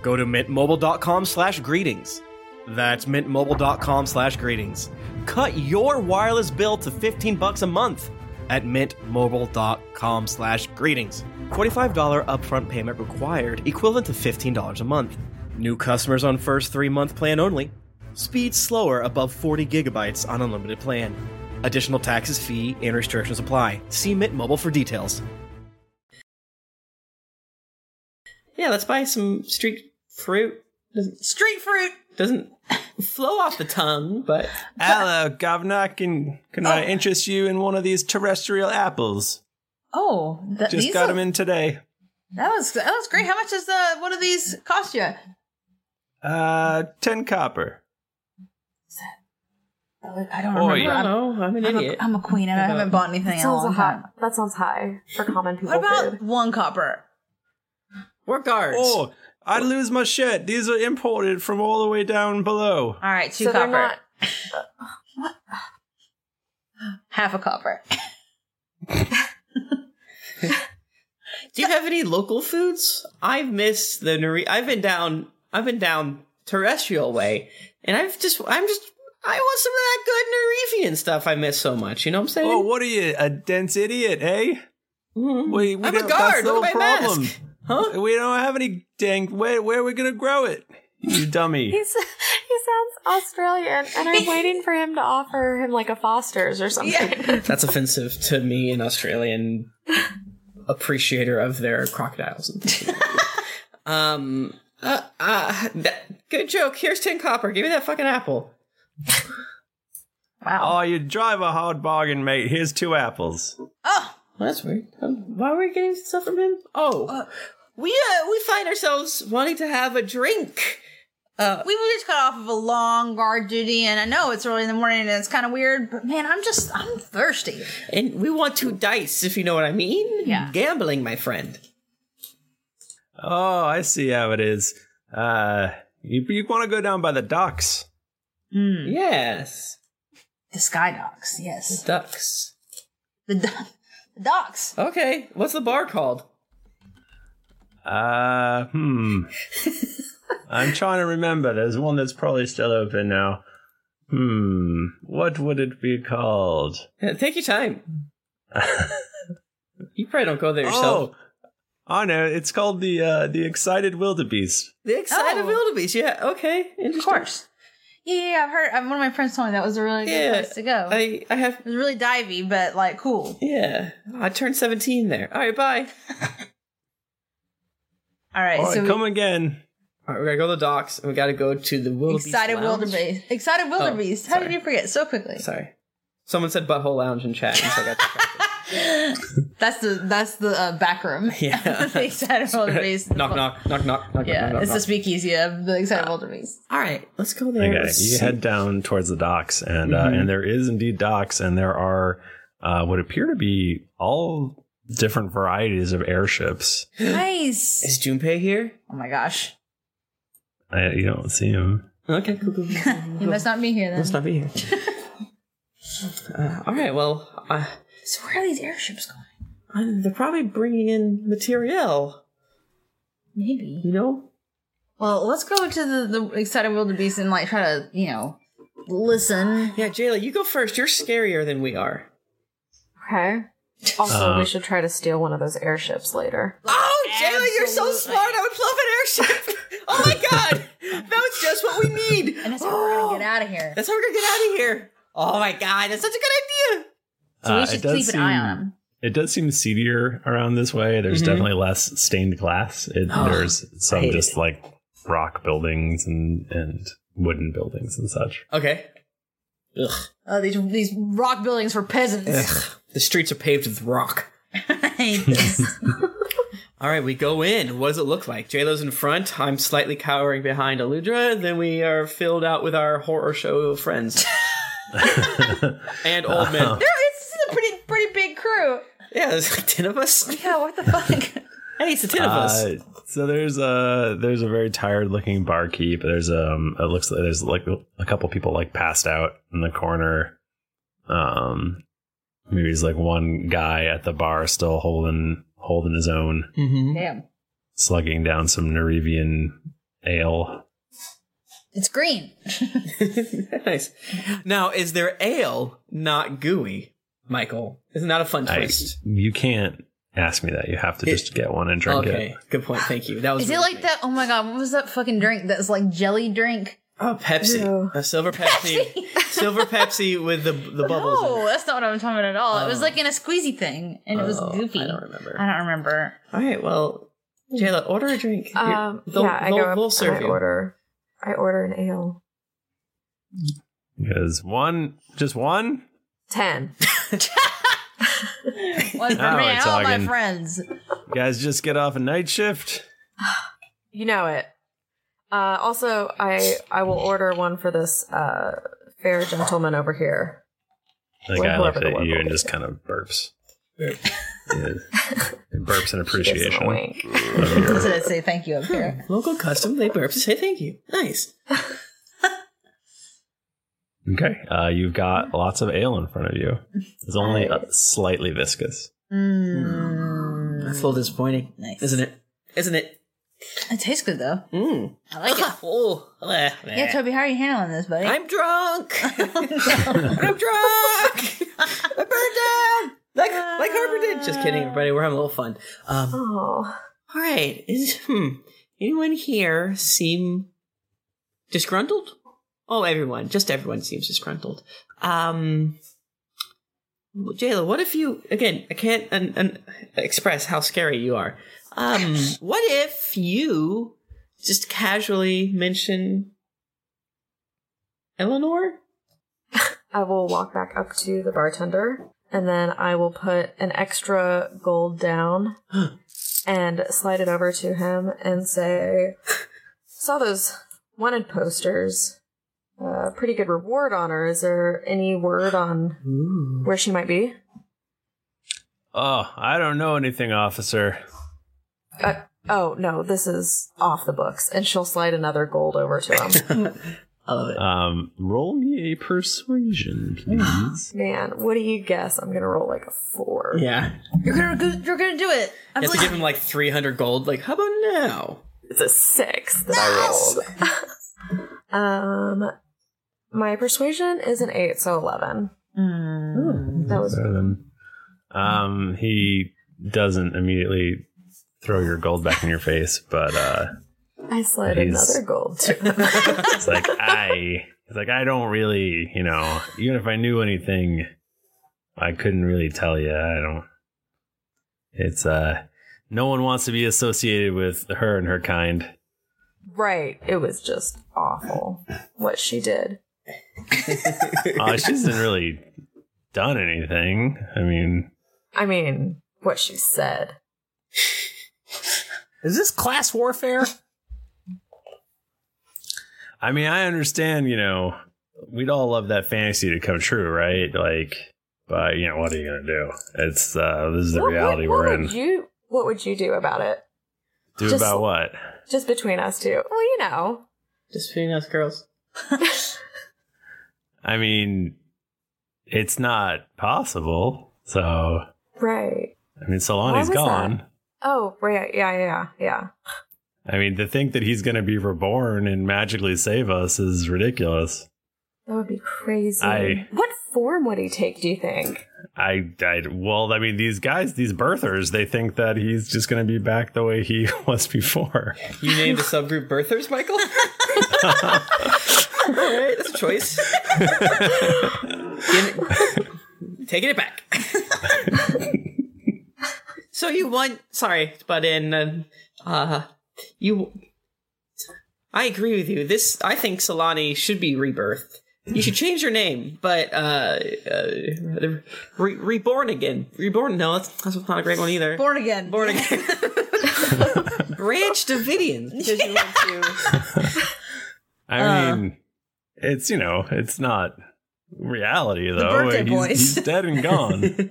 [SPEAKER 9] go to mintmobile.com slash greetings. That's mintmobile.com slash greetings. Cut your wireless bill to 15 bucks a month at mintmobile.com slash greetings. $45 upfront payment required, equivalent to $15 a month. New customers on first three-month plan only. Speed slower above 40 gigabytes on unlimited plan. Additional taxes, fee, and restrictions apply. See Mint Mobile for details.
[SPEAKER 4] Yeah, let's buy some street fruit. Doesn't,
[SPEAKER 3] street fruit
[SPEAKER 4] doesn't flow off the tongue, but Oh.
[SPEAKER 1] Hello, governor. Can can I interest you in one of these terrestrial apples?
[SPEAKER 3] Oh, th-
[SPEAKER 1] Just
[SPEAKER 3] these
[SPEAKER 1] got
[SPEAKER 3] look-
[SPEAKER 1] them in today.
[SPEAKER 3] That was that was great. How much does uh, one of these cost you?
[SPEAKER 1] Uh, ten copper.
[SPEAKER 3] I don't
[SPEAKER 1] Oi.
[SPEAKER 3] remember.
[SPEAKER 1] I
[SPEAKER 4] don't know. I'm an
[SPEAKER 3] idiot. I'm a queen, and I haven't bought anything
[SPEAKER 5] That
[SPEAKER 3] in a
[SPEAKER 5] sounds
[SPEAKER 3] long
[SPEAKER 5] high.
[SPEAKER 3] time.
[SPEAKER 5] That sounds high for common people.
[SPEAKER 3] What about
[SPEAKER 5] food.
[SPEAKER 3] one copper?
[SPEAKER 4] We're guards.
[SPEAKER 1] Oh, I lose my shit. These are imported from all the way down below.
[SPEAKER 3] All right, two
[SPEAKER 5] So they're
[SPEAKER 3] copper.
[SPEAKER 5] not-
[SPEAKER 3] What? Half a copper.
[SPEAKER 4] Do you have any local foods? I've missed the Nori- I've been down. I've been down terrestrial way, and I've just. I'm just. I want some of that good Nerevian stuff. I miss so much. You know what I'm saying?
[SPEAKER 1] Oh, what are you, a dense idiot, eh? We, we
[SPEAKER 4] Mm-hmm. I'm a
[SPEAKER 1] don't-
[SPEAKER 4] guard.
[SPEAKER 1] That's the
[SPEAKER 4] Look at
[SPEAKER 1] whole
[SPEAKER 4] my
[SPEAKER 1] problem.
[SPEAKER 4] mask.
[SPEAKER 1] Huh? We don't have any dang. Where where are we gonna grow it? You dummy.
[SPEAKER 5] He's, he sounds Australian, and I'm waiting for him to offer him like a Foster's or something.
[SPEAKER 4] That's offensive to me, an Australian appreciator of their crocodiles. um, uh, uh, that, good joke. Here's ten copper. Give me that fucking apple.
[SPEAKER 1] Oh, you drive a hard bargain, mate. Here's two apples.
[SPEAKER 3] Oh,
[SPEAKER 4] that's weird. Um, Why were we getting stuff from him? Oh, we uh, we find ourselves wanting to have a drink. Uh,
[SPEAKER 3] we were just cut off of a long guard duty, and I know it's early in the morning and it's kind of weird, but man, I'm just I'm thirsty.
[SPEAKER 4] and we want two dice, if you know what I mean. Yeah, gambling, my friend.
[SPEAKER 1] Oh, I see how it is. Uh, you, you want to go down by the docks?
[SPEAKER 3] Hmm.
[SPEAKER 4] Yes.
[SPEAKER 3] The sky docks. Yes.
[SPEAKER 4] Ducks.
[SPEAKER 3] The, do- the docks.
[SPEAKER 4] Okay, what's the bar called?
[SPEAKER 1] Uh, hmm. I'm trying to remember. There's one that's probably still open now. Hmm. What would it be called?
[SPEAKER 4] Uh, Take your time. you probably don't go there yourself.
[SPEAKER 1] Oh, I know. It's called the uh, the Excited Wildebeest.
[SPEAKER 4] The excited wildebeest. Yeah. Okay. Interesting. Oh. Of course.
[SPEAKER 3] Yeah, yeah, yeah, I've heard. um, One of my friends told me that was a really good
[SPEAKER 4] Yeah,
[SPEAKER 3] place to go.
[SPEAKER 4] I, I have.
[SPEAKER 3] It was really divey, but like cool.
[SPEAKER 4] Yeah. I turned seventeen there. All right. Bye.
[SPEAKER 3] All right,
[SPEAKER 4] All right,
[SPEAKER 3] so we-
[SPEAKER 4] come
[SPEAKER 1] again.
[SPEAKER 4] All right. We gotta go to the docks, and we gotta go to the wildebeest.
[SPEAKER 3] excited
[SPEAKER 4] Lounge. Oh,
[SPEAKER 3] wildebeest. Excited wildebeest. How did you forget so quickly?
[SPEAKER 4] Sorry. Someone said butthole lounge in chat. and so I got
[SPEAKER 3] That's the that's the uh, back room.
[SPEAKER 4] Yeah.
[SPEAKER 3] the excited wildebeest.
[SPEAKER 4] knock, knock, knock, knock, knock, knock,
[SPEAKER 3] Yeah,
[SPEAKER 4] knock, knock.
[SPEAKER 3] it's the speakeasy of the excited wildebeest.
[SPEAKER 4] All right, let's go there.
[SPEAKER 1] Okay,
[SPEAKER 4] Let's
[SPEAKER 1] you
[SPEAKER 4] see.
[SPEAKER 1] head down towards the docks, and
[SPEAKER 4] Mhm.
[SPEAKER 1] uh, and there is indeed docks, and there are uh, what appear to be all different varieties of airships.
[SPEAKER 3] Nice.
[SPEAKER 4] Is Junpei here?
[SPEAKER 3] Oh my gosh.
[SPEAKER 1] I, you don't see them.
[SPEAKER 4] Okay, cool, cool. cool.
[SPEAKER 3] He must not be here then.
[SPEAKER 4] Let's not be here. Uh, all right, well, uh,
[SPEAKER 3] So where are these airships going?
[SPEAKER 4] uh, they're probably bringing in materiel.
[SPEAKER 3] Maybe.
[SPEAKER 4] You know?
[SPEAKER 3] Well, let's go to the, the excited wildebeest and like try to you know listen.
[SPEAKER 4] Yeah, Jayla, you go first. You're scarier than we are.
[SPEAKER 5] Okay. Also,
[SPEAKER 4] Uh,
[SPEAKER 5] we should try to steal one of those airships later.
[SPEAKER 4] Oh, Jayla, you're so smart. I would love an airship. oh my god, that was just what we need.
[SPEAKER 3] And that's how we're gonna get out of here.
[SPEAKER 4] That's how we're gonna get out of here. Oh my god, that's such a good idea.
[SPEAKER 3] So we
[SPEAKER 1] Uh,
[SPEAKER 3] should
[SPEAKER 1] it does
[SPEAKER 3] keep an eye on
[SPEAKER 1] seem-
[SPEAKER 3] them.
[SPEAKER 1] It does seem seedier around this way. There's
[SPEAKER 4] Mhm.
[SPEAKER 1] definitely less stained glass. It,
[SPEAKER 4] Oh,
[SPEAKER 1] there's
[SPEAKER 4] I
[SPEAKER 1] some
[SPEAKER 4] hate
[SPEAKER 1] just
[SPEAKER 4] it.
[SPEAKER 1] like rock buildings and and wooden buildings and such.
[SPEAKER 4] Okay. Ugh.
[SPEAKER 3] Oh, these these rock buildings for peasants.
[SPEAKER 4] The streets are paved with rock.
[SPEAKER 3] I hate this.
[SPEAKER 4] All right, we go in. What does it look like? JLo's in front. I'm slightly cowering behind Aludra. Then we are filled out with our horror show friends. and old
[SPEAKER 3] There,
[SPEAKER 4] men.
[SPEAKER 3] this is a pretty pretty big crew.
[SPEAKER 4] Yeah,
[SPEAKER 3] Uh-huh.
[SPEAKER 4] there's like ten of us.
[SPEAKER 3] Yeah, what the fuck?
[SPEAKER 4] Hey, it's the ten of us.
[SPEAKER 1] Uh, so there's a there's a very tired looking barkeep. There's um it looks like there's like a couple people like passed out in the corner. Um, maybe he's like one guy at the bar still holding holding his own,
[SPEAKER 3] Damn,
[SPEAKER 1] slugging down some Nerevian ale.
[SPEAKER 3] it's green.
[SPEAKER 4] nice. Now, is their ale not gooey, Michael? Isn't that a fun
[SPEAKER 1] I,
[SPEAKER 4] twist?
[SPEAKER 1] you can't ask me that. You have to just get one and drink
[SPEAKER 4] okay,
[SPEAKER 1] it.
[SPEAKER 4] good point. Thank you. That was
[SPEAKER 3] Is it
[SPEAKER 4] really-
[SPEAKER 3] like that? Oh my god, what was that fucking drink? That's like jelly drink.
[SPEAKER 4] Oh, Pepsi, a silver Pepsi, silver Pepsi with the the bubbles. in it.
[SPEAKER 3] No, Oh, that's not what I'm talking about at all. it was
[SPEAKER 4] Oh.
[SPEAKER 3] like in a squeezy thing, and it was
[SPEAKER 4] Oh,
[SPEAKER 3] goofy.
[SPEAKER 4] I don't remember.
[SPEAKER 3] I don't remember.
[SPEAKER 4] All right, well, Jayla, order a drink. You're-
[SPEAKER 5] Um,
[SPEAKER 4] they'll-
[SPEAKER 5] yeah, I
[SPEAKER 4] they'll-
[SPEAKER 5] go up
[SPEAKER 4] they'll
[SPEAKER 5] and
[SPEAKER 4] serve
[SPEAKER 5] I
[SPEAKER 4] you.
[SPEAKER 5] order. I order an ale.
[SPEAKER 1] Because one, just one.
[SPEAKER 5] Ten.
[SPEAKER 3] One for
[SPEAKER 1] All
[SPEAKER 3] me
[SPEAKER 1] right,
[SPEAKER 3] and all my
[SPEAKER 1] Sagan.
[SPEAKER 3] friends.
[SPEAKER 1] You guys just get off a night shift.
[SPEAKER 5] You know it. Uh, also, I I will order one for this uh, fair gentleman over here.
[SPEAKER 1] The
[SPEAKER 5] Well,
[SPEAKER 1] guy
[SPEAKER 5] whoever
[SPEAKER 1] looks
[SPEAKER 5] the
[SPEAKER 1] at
[SPEAKER 5] one
[SPEAKER 1] you and just kind of burps.
[SPEAKER 4] Burp.
[SPEAKER 1] Yeah. burps in appreciation.
[SPEAKER 3] That's what I say. Thank you up there.
[SPEAKER 4] Hmm, Local custom, they burp to say thank you. Nice.
[SPEAKER 1] Okay, uh, you've got lots of ale in front of you. It's only uh, slightly viscous.
[SPEAKER 4] That's a little disappointing,
[SPEAKER 3] Hmm. Nice.
[SPEAKER 4] isn't it? Isn't it?
[SPEAKER 3] It tastes good though.
[SPEAKER 4] Mm.
[SPEAKER 3] I like it.
[SPEAKER 4] oh, bleh, bleh.
[SPEAKER 3] Yeah, Toby, how are you handling this, buddy?
[SPEAKER 4] I'm drunk. I'm drunk. I burned down like like Harper did. Just kidding, everybody. We're having a little fun. Um,
[SPEAKER 5] oh.
[SPEAKER 4] All right. Is hmm, anyone here seem disgruntled? Oh, everyone. Just everyone seems disgruntled. Um, Jayla, what if you again? I can't un, un, express how scary you are. Um, what if you just casually mention Eleanor?
[SPEAKER 5] I will walk back up to the bartender, and then I will put an extra gold down and slide it over to him and say, "Saw those wanted posters. Uh, pretty good reward on her. Is there any word on where she might be?"
[SPEAKER 1] Oh, I don't know anything, officer.
[SPEAKER 5] Uh, oh no, this is off the books, and she'll slide another gold over to him.
[SPEAKER 4] I love it.
[SPEAKER 1] Um, roll me a persuasion, please.
[SPEAKER 5] Man, what do you guess? I'm gonna roll like a four.
[SPEAKER 4] Yeah,
[SPEAKER 3] You're gonna go, you're gonna do it. I
[SPEAKER 4] you have to give him like three hundred gold. Like, how about now?
[SPEAKER 5] It's a six that I rolled. um, my persuasion is an eight, so eleven. That was
[SPEAKER 1] Better than- Um, he doesn't immediately throw your gold back in your face, but uh,
[SPEAKER 5] I slid
[SPEAKER 1] He's-
[SPEAKER 5] another gold. To
[SPEAKER 1] it's like I, it's like I don't really, you know, even if I knew anything, I couldn't really tell you. I don't. It's uh, no one wants to be associated with her and her kind.
[SPEAKER 5] right, it was just awful what she did.
[SPEAKER 1] uh, she hasn't really done anything. I mean,
[SPEAKER 5] I mean, what she said.
[SPEAKER 2] Is this class warfare?
[SPEAKER 1] I mean, I understand. You know, we'd all love that fantasy to come true, right? Like, but you know, what are you gonna do? It's uh, this is the
[SPEAKER 5] What would-
[SPEAKER 1] reality
[SPEAKER 5] what
[SPEAKER 1] we're
[SPEAKER 5] would
[SPEAKER 1] in.
[SPEAKER 5] You, what would you do about it?
[SPEAKER 1] do
[SPEAKER 5] just-
[SPEAKER 1] about what?
[SPEAKER 5] Just between us two. Well, you know.
[SPEAKER 4] Just between us girls.
[SPEAKER 1] I mean, it's not possible. So, I
[SPEAKER 5] Right.
[SPEAKER 1] mean,
[SPEAKER 5] Why
[SPEAKER 1] Solani's
[SPEAKER 5] was
[SPEAKER 1] gone.
[SPEAKER 5] Oh, right. Yeah, yeah, yeah, yeah.
[SPEAKER 1] I mean, to think that he's going to be reborn and magically save us is ridiculous.
[SPEAKER 5] That would be crazy.
[SPEAKER 1] I-
[SPEAKER 5] What form would he take, do you think?
[SPEAKER 1] I, I, well, I mean, these guys, these birthers, they think that he's just going to be back the way he was before.
[SPEAKER 4] You named a subgroup birthers, Michael? All right, that's a choice. Give it- taking it back. so you want? Sorry, but in um, uh, you, I agree with you. This, I think, Solani should be rebirthed. You should change your name, but uh, uh re- reborn again. Reborn? No, that's, that's not a great one either.
[SPEAKER 3] Born again.
[SPEAKER 4] Born again. Branch Davidian. Because you want to.
[SPEAKER 5] Uh,
[SPEAKER 1] I mean, it's, you know, it's not reality though.
[SPEAKER 3] birthday
[SPEAKER 1] he's,
[SPEAKER 3] boys.
[SPEAKER 1] he's dead and gone.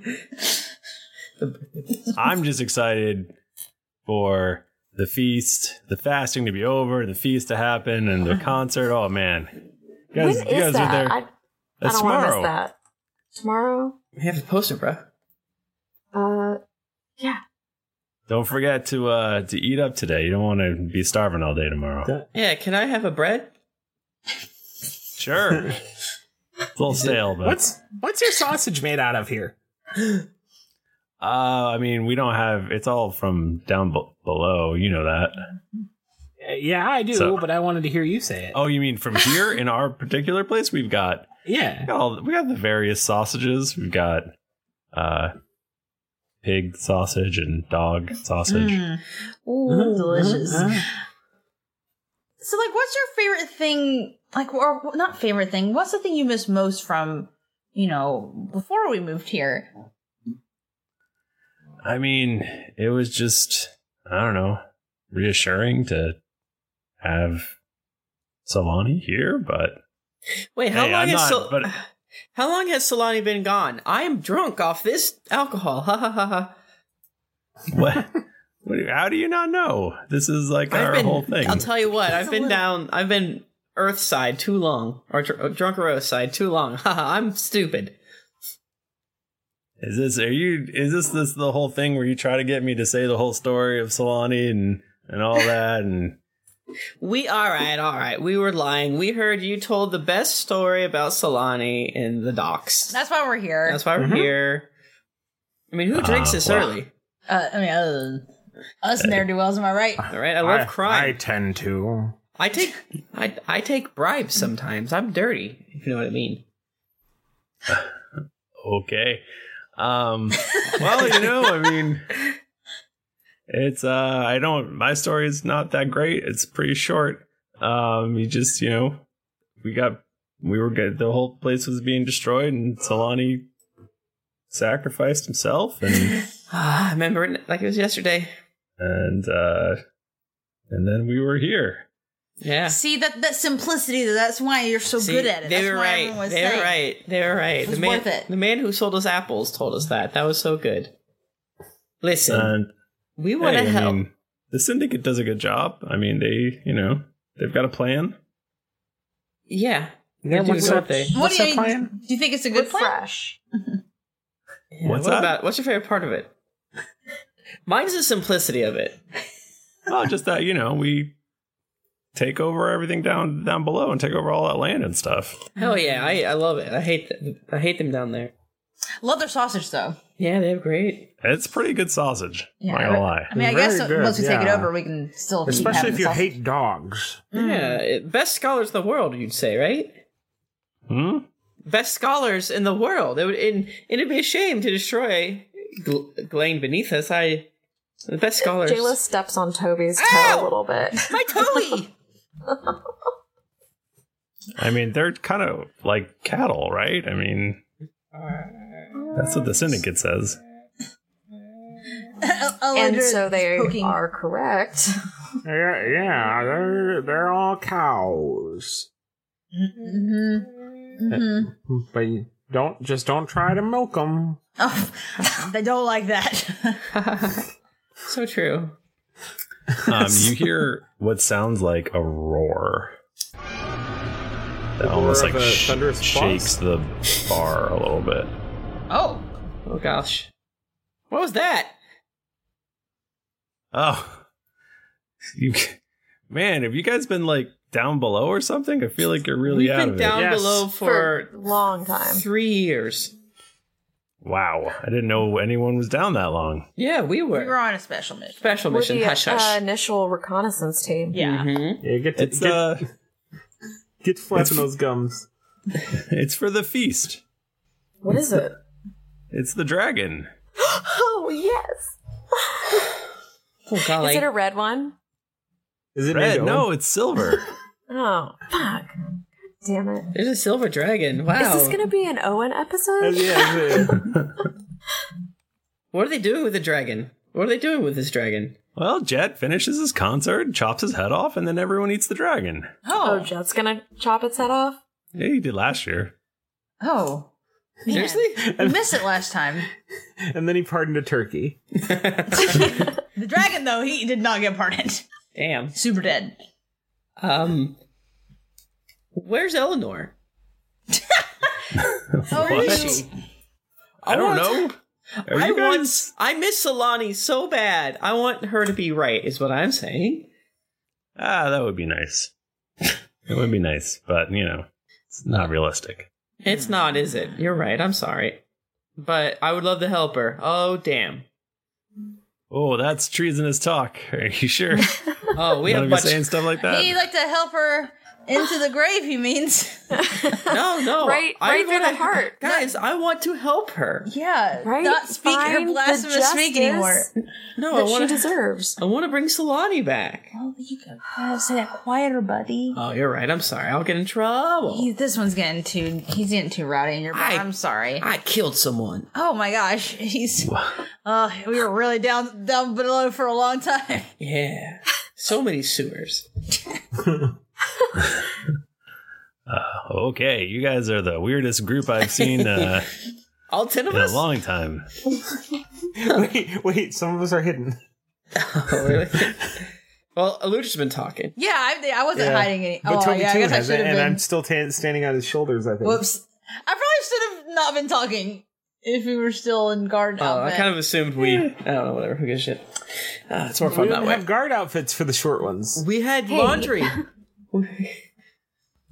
[SPEAKER 1] I'm just excited for the feast, the fasting to be over, and the feast to happen, and the concert. Oh man, you guys,
[SPEAKER 5] Uh-huh. when
[SPEAKER 1] you
[SPEAKER 5] is
[SPEAKER 1] guys
[SPEAKER 5] that?
[SPEAKER 1] are there.
[SPEAKER 5] I, I
[SPEAKER 1] That's
[SPEAKER 5] don't want to
[SPEAKER 1] tomorrow.
[SPEAKER 5] miss that. Tomorrow?
[SPEAKER 4] We have a poster, bro.
[SPEAKER 5] Uh, yeah.
[SPEAKER 1] Don't forget to uh to eat up today. You don't want to be starving all day tomorrow.
[SPEAKER 4] Yeah, can I have a bread?
[SPEAKER 1] Sure. it's a little stale, but
[SPEAKER 2] What's what's your sausage made out of here?
[SPEAKER 1] uh I mean we don't have it's all from down b- below, you know that.
[SPEAKER 2] Yeah, I do,
[SPEAKER 1] So-
[SPEAKER 2] but I wanted to hear you say it.
[SPEAKER 1] Oh, you mean from here in our particular place we've got
[SPEAKER 2] Yeah.
[SPEAKER 1] we got, all, we got the various sausages. We've got uh pig sausage and dog sausage.
[SPEAKER 4] Hmm.
[SPEAKER 3] Mm.
[SPEAKER 4] Uh-huh,
[SPEAKER 3] Ooh, delicious. So, like, what's your favorite thing? Like, or not favorite thing? What's the thing you miss most from, you know, before we moved here?
[SPEAKER 1] I mean, it was just I don't know, reassuring to have Solani here, but
[SPEAKER 4] Wait, how
[SPEAKER 1] Hey,
[SPEAKER 4] long
[SPEAKER 1] I'm
[SPEAKER 4] has
[SPEAKER 1] not-
[SPEAKER 4] Sol- how long has Solani been gone? I am drunk off this alcohol. Ha ha ha ha.
[SPEAKER 1] what? what do- how do you not know? This is like
[SPEAKER 4] I've
[SPEAKER 1] our
[SPEAKER 4] been.
[SPEAKER 1] whole thing.
[SPEAKER 4] I'll tell you what. I've
[SPEAKER 1] a
[SPEAKER 4] been
[SPEAKER 1] little-
[SPEAKER 4] down. I've been Earthside too long, or dr- uh, drunk Earthside too long. Ha ha. I'm stupid.
[SPEAKER 1] Is this are you? Is this this the whole thing where you try to get me to say the whole story of Solani and and all that and
[SPEAKER 4] We all right, all right. We were lying. We heard you told the best story about Solani in the docks.
[SPEAKER 3] That's why we're here.
[SPEAKER 4] That's why we're
[SPEAKER 1] Mm-hmm.
[SPEAKER 4] here. I mean, who drinks this early?
[SPEAKER 3] Uh, I mean, other than us ne'er do wells, am I right?
[SPEAKER 4] All right, I love crime.
[SPEAKER 2] I tend to.
[SPEAKER 4] I take I I take bribes sometimes. I'm dirty, if you know what I mean.
[SPEAKER 1] okay. Um, well, you know, I mean, it's uh, I don't. My story is not that great. It's pretty short. Um, you just you know, we got we were good. The whole place was being destroyed, and Solani sacrificed himself, and
[SPEAKER 4] Ah, I remember it like it was yesterday.
[SPEAKER 1] and uh, and then we were here.
[SPEAKER 4] Yeah.
[SPEAKER 3] See that that simplicity. That's why you're so good at it.
[SPEAKER 4] They
[SPEAKER 3] That's
[SPEAKER 4] were
[SPEAKER 3] why
[SPEAKER 4] right.
[SPEAKER 3] everyone was
[SPEAKER 4] they
[SPEAKER 3] saying.
[SPEAKER 4] were right. They were right.
[SPEAKER 3] It
[SPEAKER 4] the
[SPEAKER 3] was
[SPEAKER 4] man,
[SPEAKER 3] worth it.
[SPEAKER 4] the man who sold us apples told us that. That was so good. Listen, we want to
[SPEAKER 1] Hey, I
[SPEAKER 4] help.
[SPEAKER 1] mean, the syndicate does a good job. I mean, they you know they've got a plan.
[SPEAKER 4] yeah.
[SPEAKER 1] Yeah,
[SPEAKER 4] They do,
[SPEAKER 1] what's
[SPEAKER 4] don't
[SPEAKER 1] up-
[SPEAKER 4] they?
[SPEAKER 3] What do you mean? Do you think it's a good plan? Fresh.
[SPEAKER 4] Yeah,
[SPEAKER 1] What's
[SPEAKER 4] what
[SPEAKER 1] that?
[SPEAKER 4] about what's your favorite part of it? Mine's the simplicity of it.
[SPEAKER 1] oh, just that you know we take over everything down down below and take over all that land and stuff.
[SPEAKER 4] Hell yeah, I, I love it. I hate th- I hate them down there.
[SPEAKER 3] Love their sausage though.
[SPEAKER 4] Yeah, they have great.
[SPEAKER 1] It's pretty good sausage.
[SPEAKER 3] Yeah,
[SPEAKER 1] not gonna lie.
[SPEAKER 3] I mean, I guess once we take it over, we can still. keep having sausage.
[SPEAKER 2] dogs.
[SPEAKER 4] Yeah, it- best scholars in the world, you'd say, right?
[SPEAKER 1] Hmm.
[SPEAKER 4] Best scholars in the world. It would and, and it'd be a shame to destroy Gl- Glane beneath us. I the best scholars.
[SPEAKER 5] Jayla steps on Toby's toe a little bit.
[SPEAKER 4] My Toby!
[SPEAKER 1] I mean, they're kind of like cattle, right? I mean, that's what the syndicate says.
[SPEAKER 5] and so they are correct.
[SPEAKER 2] Yeah, yeah, they're they're all cows.
[SPEAKER 3] Mm-hmm. Mm-hmm.
[SPEAKER 2] But you don't just don't try to milk them.
[SPEAKER 3] Oh, they don't like that.
[SPEAKER 4] so true.
[SPEAKER 1] Um, you hear what sounds like a roar that
[SPEAKER 2] The
[SPEAKER 1] almost
[SPEAKER 2] roar
[SPEAKER 1] like
[SPEAKER 2] of a
[SPEAKER 1] sh-
[SPEAKER 2] thunderous
[SPEAKER 1] shakes the bar a little bit.
[SPEAKER 3] Oh.
[SPEAKER 4] Oh gosh. What was that?
[SPEAKER 1] Oh, you man, have you guys been like down below or something? I feel like you're really
[SPEAKER 4] We've
[SPEAKER 1] out
[SPEAKER 4] been
[SPEAKER 1] of
[SPEAKER 4] down
[SPEAKER 1] it.
[SPEAKER 4] below for,
[SPEAKER 5] long time.
[SPEAKER 4] Three years.
[SPEAKER 1] Wow, I didn't know anyone was down that long.
[SPEAKER 4] Yeah, we were.
[SPEAKER 3] We were on a special mission.
[SPEAKER 4] Special
[SPEAKER 5] We're the Uh, initial reconnaissance team.
[SPEAKER 1] Mm-hmm.
[SPEAKER 3] Yeah.
[SPEAKER 4] Mm-hmm.
[SPEAKER 2] Yeah, get to,
[SPEAKER 1] It's,
[SPEAKER 2] get,
[SPEAKER 1] uh,
[SPEAKER 2] get to flapping those gums.
[SPEAKER 1] it's for the feast.
[SPEAKER 5] What is it?
[SPEAKER 1] It's the dragon.
[SPEAKER 5] oh yes.
[SPEAKER 4] Oh
[SPEAKER 5] Is it a red one?
[SPEAKER 2] Is it
[SPEAKER 1] red?
[SPEAKER 2] mango?
[SPEAKER 1] No, it's silver.
[SPEAKER 5] Oh fuck! Damn it!
[SPEAKER 4] There's a silver dragon. Wow.
[SPEAKER 5] Is this gonna be an Owen episode?
[SPEAKER 4] What are they doing with the dragon? What are they doing with this dragon?
[SPEAKER 1] well, Jet finishes his concert, chops his head off, and then everyone eats the dragon.
[SPEAKER 5] oh, Jet's gonna chop its head off.
[SPEAKER 1] Yeah, he did last year.
[SPEAKER 3] Oh. man. We missed it last time.
[SPEAKER 2] And then he pardoned a turkey.
[SPEAKER 3] The dragon, though, he did not get pardoned.
[SPEAKER 4] Damn.
[SPEAKER 3] Super dead.
[SPEAKER 4] Um, where's Eleanor?
[SPEAKER 5] Oh,
[SPEAKER 4] Where
[SPEAKER 3] Oh,
[SPEAKER 4] is she?
[SPEAKER 1] I don't know. Are
[SPEAKER 4] I
[SPEAKER 1] you
[SPEAKER 4] want. I miss Solani so bad. I want her to be right. Is what I'm saying.
[SPEAKER 1] Ah, that would be nice. It would be nice, but you know, it's not realistic.
[SPEAKER 4] It's not, is it? You're right. I'm sorry, but I would love to help her. Oh damn.
[SPEAKER 1] Oh, that's treasonous talk. Are you sure?
[SPEAKER 4] Oh, we
[SPEAKER 1] Not
[SPEAKER 4] have
[SPEAKER 1] even
[SPEAKER 4] much.
[SPEAKER 1] saying stuff like that.
[SPEAKER 3] He'd like to help her into the grave, he means.
[SPEAKER 4] no, no.
[SPEAKER 3] Right-
[SPEAKER 4] I
[SPEAKER 3] right through
[SPEAKER 4] wanna-
[SPEAKER 3] the heart.
[SPEAKER 4] guys. I want to help her.
[SPEAKER 3] Yeah.
[SPEAKER 4] Right?
[SPEAKER 3] Not speak her
[SPEAKER 4] Find the
[SPEAKER 3] blasphemous speak
[SPEAKER 4] justice
[SPEAKER 3] anymore.
[SPEAKER 4] No, I
[SPEAKER 3] that
[SPEAKER 4] want
[SPEAKER 3] she
[SPEAKER 5] deserves.
[SPEAKER 4] I want to bring Solani back.
[SPEAKER 3] Oh, you could uh, say that quieter, buddy.
[SPEAKER 4] Oh, you're right. I'm sorry. I'll get in trouble.
[SPEAKER 3] He, this one's getting too. He's getting too rowdy in your. I, I'm sorry.
[SPEAKER 4] Oh. I killed someone.
[SPEAKER 3] oh my gosh, he's. Uh, we were really down down below for a long time.
[SPEAKER 4] Yeah. So many sewers.
[SPEAKER 1] Uh, okay, you guys are the weirdest group I've seen uh,
[SPEAKER 4] All ten
[SPEAKER 1] in a long time.
[SPEAKER 2] wait, wait, some of us are hidden.
[SPEAKER 4] Well, Aluda's been talking.
[SPEAKER 3] Yeah, I, I wasn't
[SPEAKER 2] Yeah.
[SPEAKER 3] hiding any.
[SPEAKER 2] But
[SPEAKER 3] oh
[SPEAKER 2] Toby
[SPEAKER 3] yeah, I
[SPEAKER 2] too
[SPEAKER 3] guess I
[SPEAKER 2] has it,
[SPEAKER 3] should have
[SPEAKER 2] and
[SPEAKER 3] been.
[SPEAKER 2] I'm still tan- standing on his shoulders. I think.
[SPEAKER 3] Whoops. I probably should have not been talking if we were still in guard
[SPEAKER 4] Oh, I
[SPEAKER 3] outfit.
[SPEAKER 4] kind of assumed we. I don't know. Whatever. Who gives a shit? Uh, it's more
[SPEAKER 2] We
[SPEAKER 4] fun
[SPEAKER 2] don't
[SPEAKER 4] that way.
[SPEAKER 2] have guard outfits for the short ones.
[SPEAKER 4] We had
[SPEAKER 3] Hey. laundry.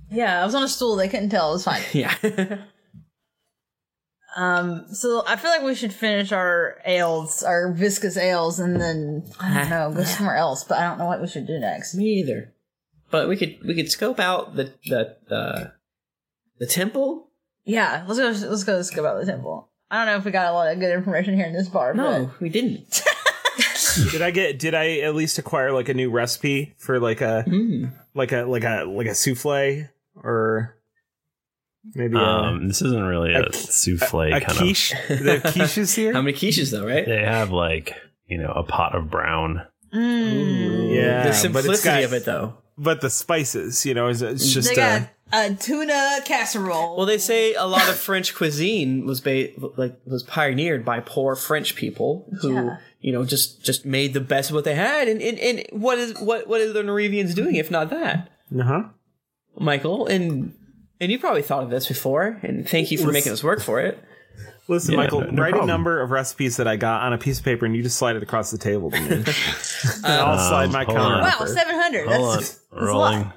[SPEAKER 3] yeah, I was on a stool. They couldn't tell. It was fine.
[SPEAKER 4] yeah.
[SPEAKER 3] Um, so I feel like we should finish our ales, our viscous ales, and then I don't know, go somewhere else. But I don't know what we should do next.
[SPEAKER 4] Me either. But we could we could scope out the the the, the temple.
[SPEAKER 3] Yeah, let's go. Let's go. Let's go about the temple. I don't know if we got a lot of good information here in this bar.
[SPEAKER 4] No, we didn't.
[SPEAKER 2] did I get? Did I at least acquire like a new recipe for like a
[SPEAKER 4] Hmm.
[SPEAKER 2] like a like a like a souffle or maybe uh,
[SPEAKER 1] Um, this isn't really a, souffle
[SPEAKER 2] a
[SPEAKER 1] kind
[SPEAKER 2] quiche?
[SPEAKER 1] of.
[SPEAKER 2] They have quiches here?
[SPEAKER 4] How many quiches though? Right?
[SPEAKER 1] They have like you know a pot of brown.
[SPEAKER 3] Hmm.
[SPEAKER 2] yeah,
[SPEAKER 4] the simplicity of it, though.
[SPEAKER 2] But the spices, you know, is it's just
[SPEAKER 3] they
[SPEAKER 2] uh,
[SPEAKER 3] got a tuna casserole.
[SPEAKER 4] Well, they say a lot of French cuisine was ba- like was pioneered by poor French people who
[SPEAKER 3] Yeah.
[SPEAKER 4] you know just just made the best of what they had. And and, and what is what what are the Norwegians doing if not that,
[SPEAKER 2] uh-huh.
[SPEAKER 4] Michael? And and you probably thought of this before. And thank you for
[SPEAKER 2] Let's-
[SPEAKER 4] making us work for it.
[SPEAKER 2] Listen,
[SPEAKER 4] Yeah,
[SPEAKER 2] Michael,
[SPEAKER 4] no- no
[SPEAKER 2] write
[SPEAKER 4] problem.
[SPEAKER 2] a number of recipes that I got on a piece of paper, and you just slide it across the table to me. and I'll
[SPEAKER 1] Um,
[SPEAKER 2] slide my
[SPEAKER 1] hold
[SPEAKER 2] counter.
[SPEAKER 1] on.
[SPEAKER 3] wow, seven hundred.
[SPEAKER 1] Hold
[SPEAKER 3] That's,
[SPEAKER 1] on, rolling.